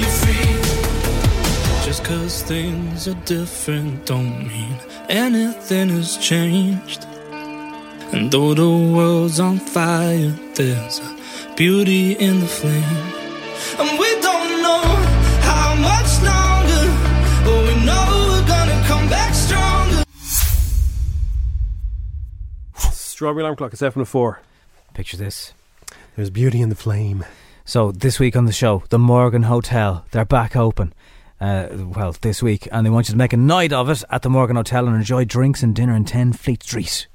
N: you free. Just cause things are different don't mean anything has changed. And though the world's on fire, there's a beauty in the flame. And we don't know how much longer, but we know we're gonna come back stronger.
B: Strawberry alarm clock. It's F and four.
C: Picture this.
B: There's beauty in the flame.
C: So this week on the show, the Morgan Hotel, they're back open. Uh, well, this week, and they want you to make a night of it at the Morgan Hotel and enjoy drinks and dinner in Ten Fleet Street.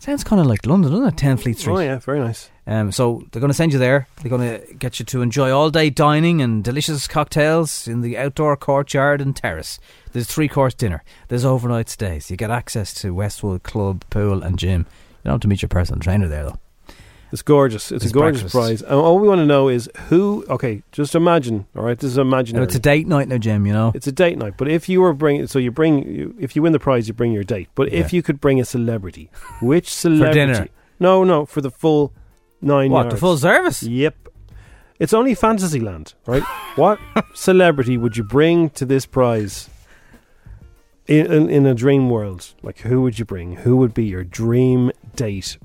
C: Sounds kind of like London, doesn't it? Ten Fleet Street.
B: Oh yeah, very nice.
C: Um, so they're going to send you there. They're going to get you to enjoy all day dining and delicious cocktails in the outdoor courtyard and terrace. There's three course dinner. There's overnight stays. You get access to Westwood Club, pool, and gym. You don't have to meet your personal trainer there though.
B: It's gorgeous. It's
C: There's
B: a gorgeous
C: breakfast.
B: prize. And all we want to know is who. Okay, just imagine. All right, this is imaginary.
C: No, it's a date night now, Jim. You know.
B: It's a date night. But if you were bring, so you bring, you, if you win the prize, you bring your date. But if
C: Yeah.
B: you could bring a celebrity, which celebrity?
C: dinner?
B: No, no, for the full nine.
C: What, the
B: yards.
C: full service?
B: Yep. It's only Fantasyland, right? what celebrity would you bring to this prize? In, in, in a dream world, like who would you bring? Who would be your dream date?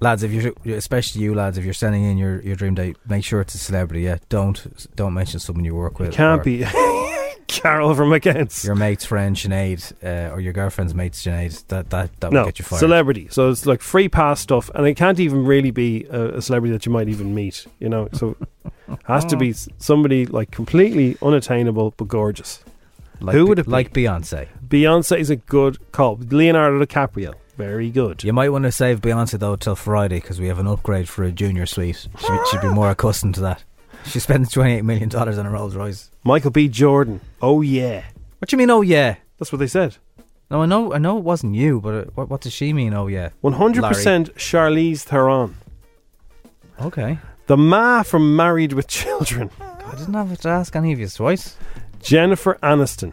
C: lads, if you are especially you lads, if you're sending in your, your dream date, make sure it's a celebrity. Yeah, don't don't mention someone you work with.
B: can't
C: or
B: be Carol from McGinnis.
C: Your mate's friend Sinead, uh, or your girlfriend's mate's Sinead. That that that
B: no
C: would get you fired.
B: celebrity. So it's like free pass stuff, and it can't even really be a, a celebrity that you might even meet. You know, so it has to be s- somebody like completely unattainable but gorgeous.
C: Like
B: Who
C: Be-
B: would it be?
C: like Beyonce?
B: Beyonce is a good call. Leonardo DiCaprio, very good.
C: You might want to save Beyonce though till Friday because we have an upgrade for a junior suite. She, she'd be more accustomed to that. She spends twenty eight million dollars on a Rolls Royce.
B: Michael B. Jordan. Oh yeah.
C: What do you mean? Oh yeah.
B: That's what they said.
C: No, I know. I know it wasn't you, but uh, what, what does she mean? Oh yeah.
B: One hundred percent Charlize Theron.
C: Okay.
B: The ma from Married with Children.
C: I didn't have to ask any of you twice.
B: Jennifer Aniston.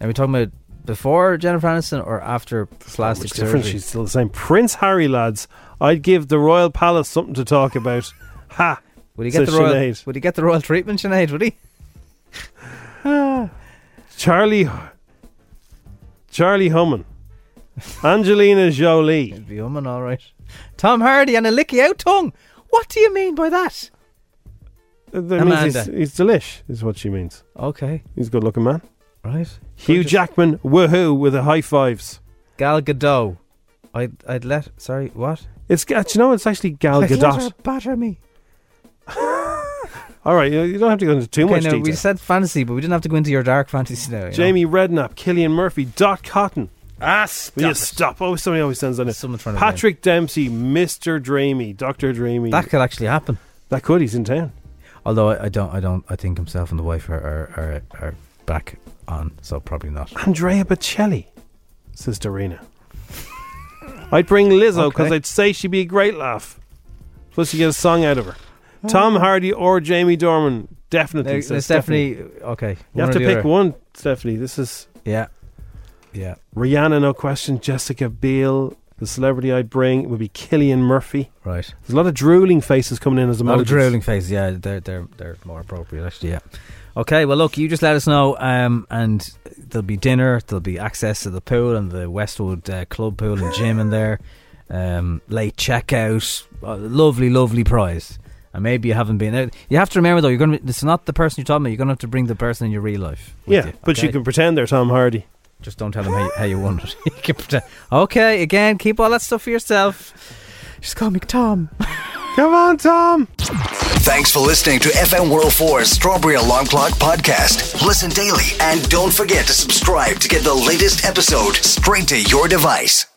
C: Are we talking about before Jennifer Aniston or after plastic
B: Different.
C: surgery?
B: She's still the same. Prince Harry, lads. I'd give the Royal Palace something to talk about. Ha.
C: Would he get the royal? Would he get the royal treatment, Sinead? Would he?
B: Charlie. Charlie Human. Angelina Jolie.
C: Be humming, all right. Tom Hardy and a licky out tongue. What do you mean by that?
B: Uh, That means he's,
C: Amanda.
B: he's delish, is what she means.
C: Okay.
B: He's a good looking man.
C: Right.
B: Hugh Jackman, woohoo, with the high fives.
C: Gal Gadot. I'd, I'd let. Sorry, what?
B: It's, Ga- do you know, it's actually Gal
C: I'd let her
B: Gadot.
C: batter me.
B: All right, you- you don't have to go into too
C: Okay,
B: much
C: no,
B: detail.
C: we said fantasy, but we didn't have to go into your dark fantasy now. you know.
B: Jamie Redknapp, Killian Murphy, Dot Cotton.
C: Ah,
B: Will you stop? Oh, somebody always sends on it.
C: trying to
B: Patrick Dempsey, Mr. Dramey, Dr. Dramey.
C: That could actually happen.
B: That could. He's in town.
C: Although I, I don't, I don't, I think himself and the wife are are, are are back on, so probably not.
B: Andrea Bocelli, says Dorina. I'd bring Lizzo because
C: Okay.
B: I'd say she'd be a great laugh. Plus, you get a song out of her.
C: Oh.
B: Tom Hardy or Jamie Dorman, definitely.
C: No,
B: says
C: Stephanie-
B: Stephanie,
C: okay,
B: you
C: one
B: have
C: or
B: to
C: the
B: pick
C: other.
B: one, Stephanie. This is
C: Yeah, yeah.
B: Rihanna, no question. Jessica Biel. The celebrity I'd bring would be Killian Murphy.
C: Right.
B: There's a lot of drooling faces coming in as
C: A lot of
B: emojis.
C: drooling phase. Yeah, they're they're they're more appropriate actually. Yeah. Okay. Well, look, you just let us know, um, and there'll be dinner, there'll be access to the pool and the Westwood uh, Club pool and gym in there. Um, late checkout, uh, lovely, lovely prize. And maybe you haven't been out. You have to remember though, you're going. to It's not the person you're talking about. You're going to have to bring the person in your real life. with
B: Yeah,
C: you,
B: but you
C: okay?
B: can pretend they're Tom Hardy.
C: Just don't tell them how you, how you won it. You can pretend- okay, again, keep all that stuff for yourself. Just call me Tom.
B: Come on, Tom.
A: Thanks for listening to FM 104's Strawberry Alarm Clock Podcast. Listen daily and don't forget to subscribe to get the latest episode straight to your device.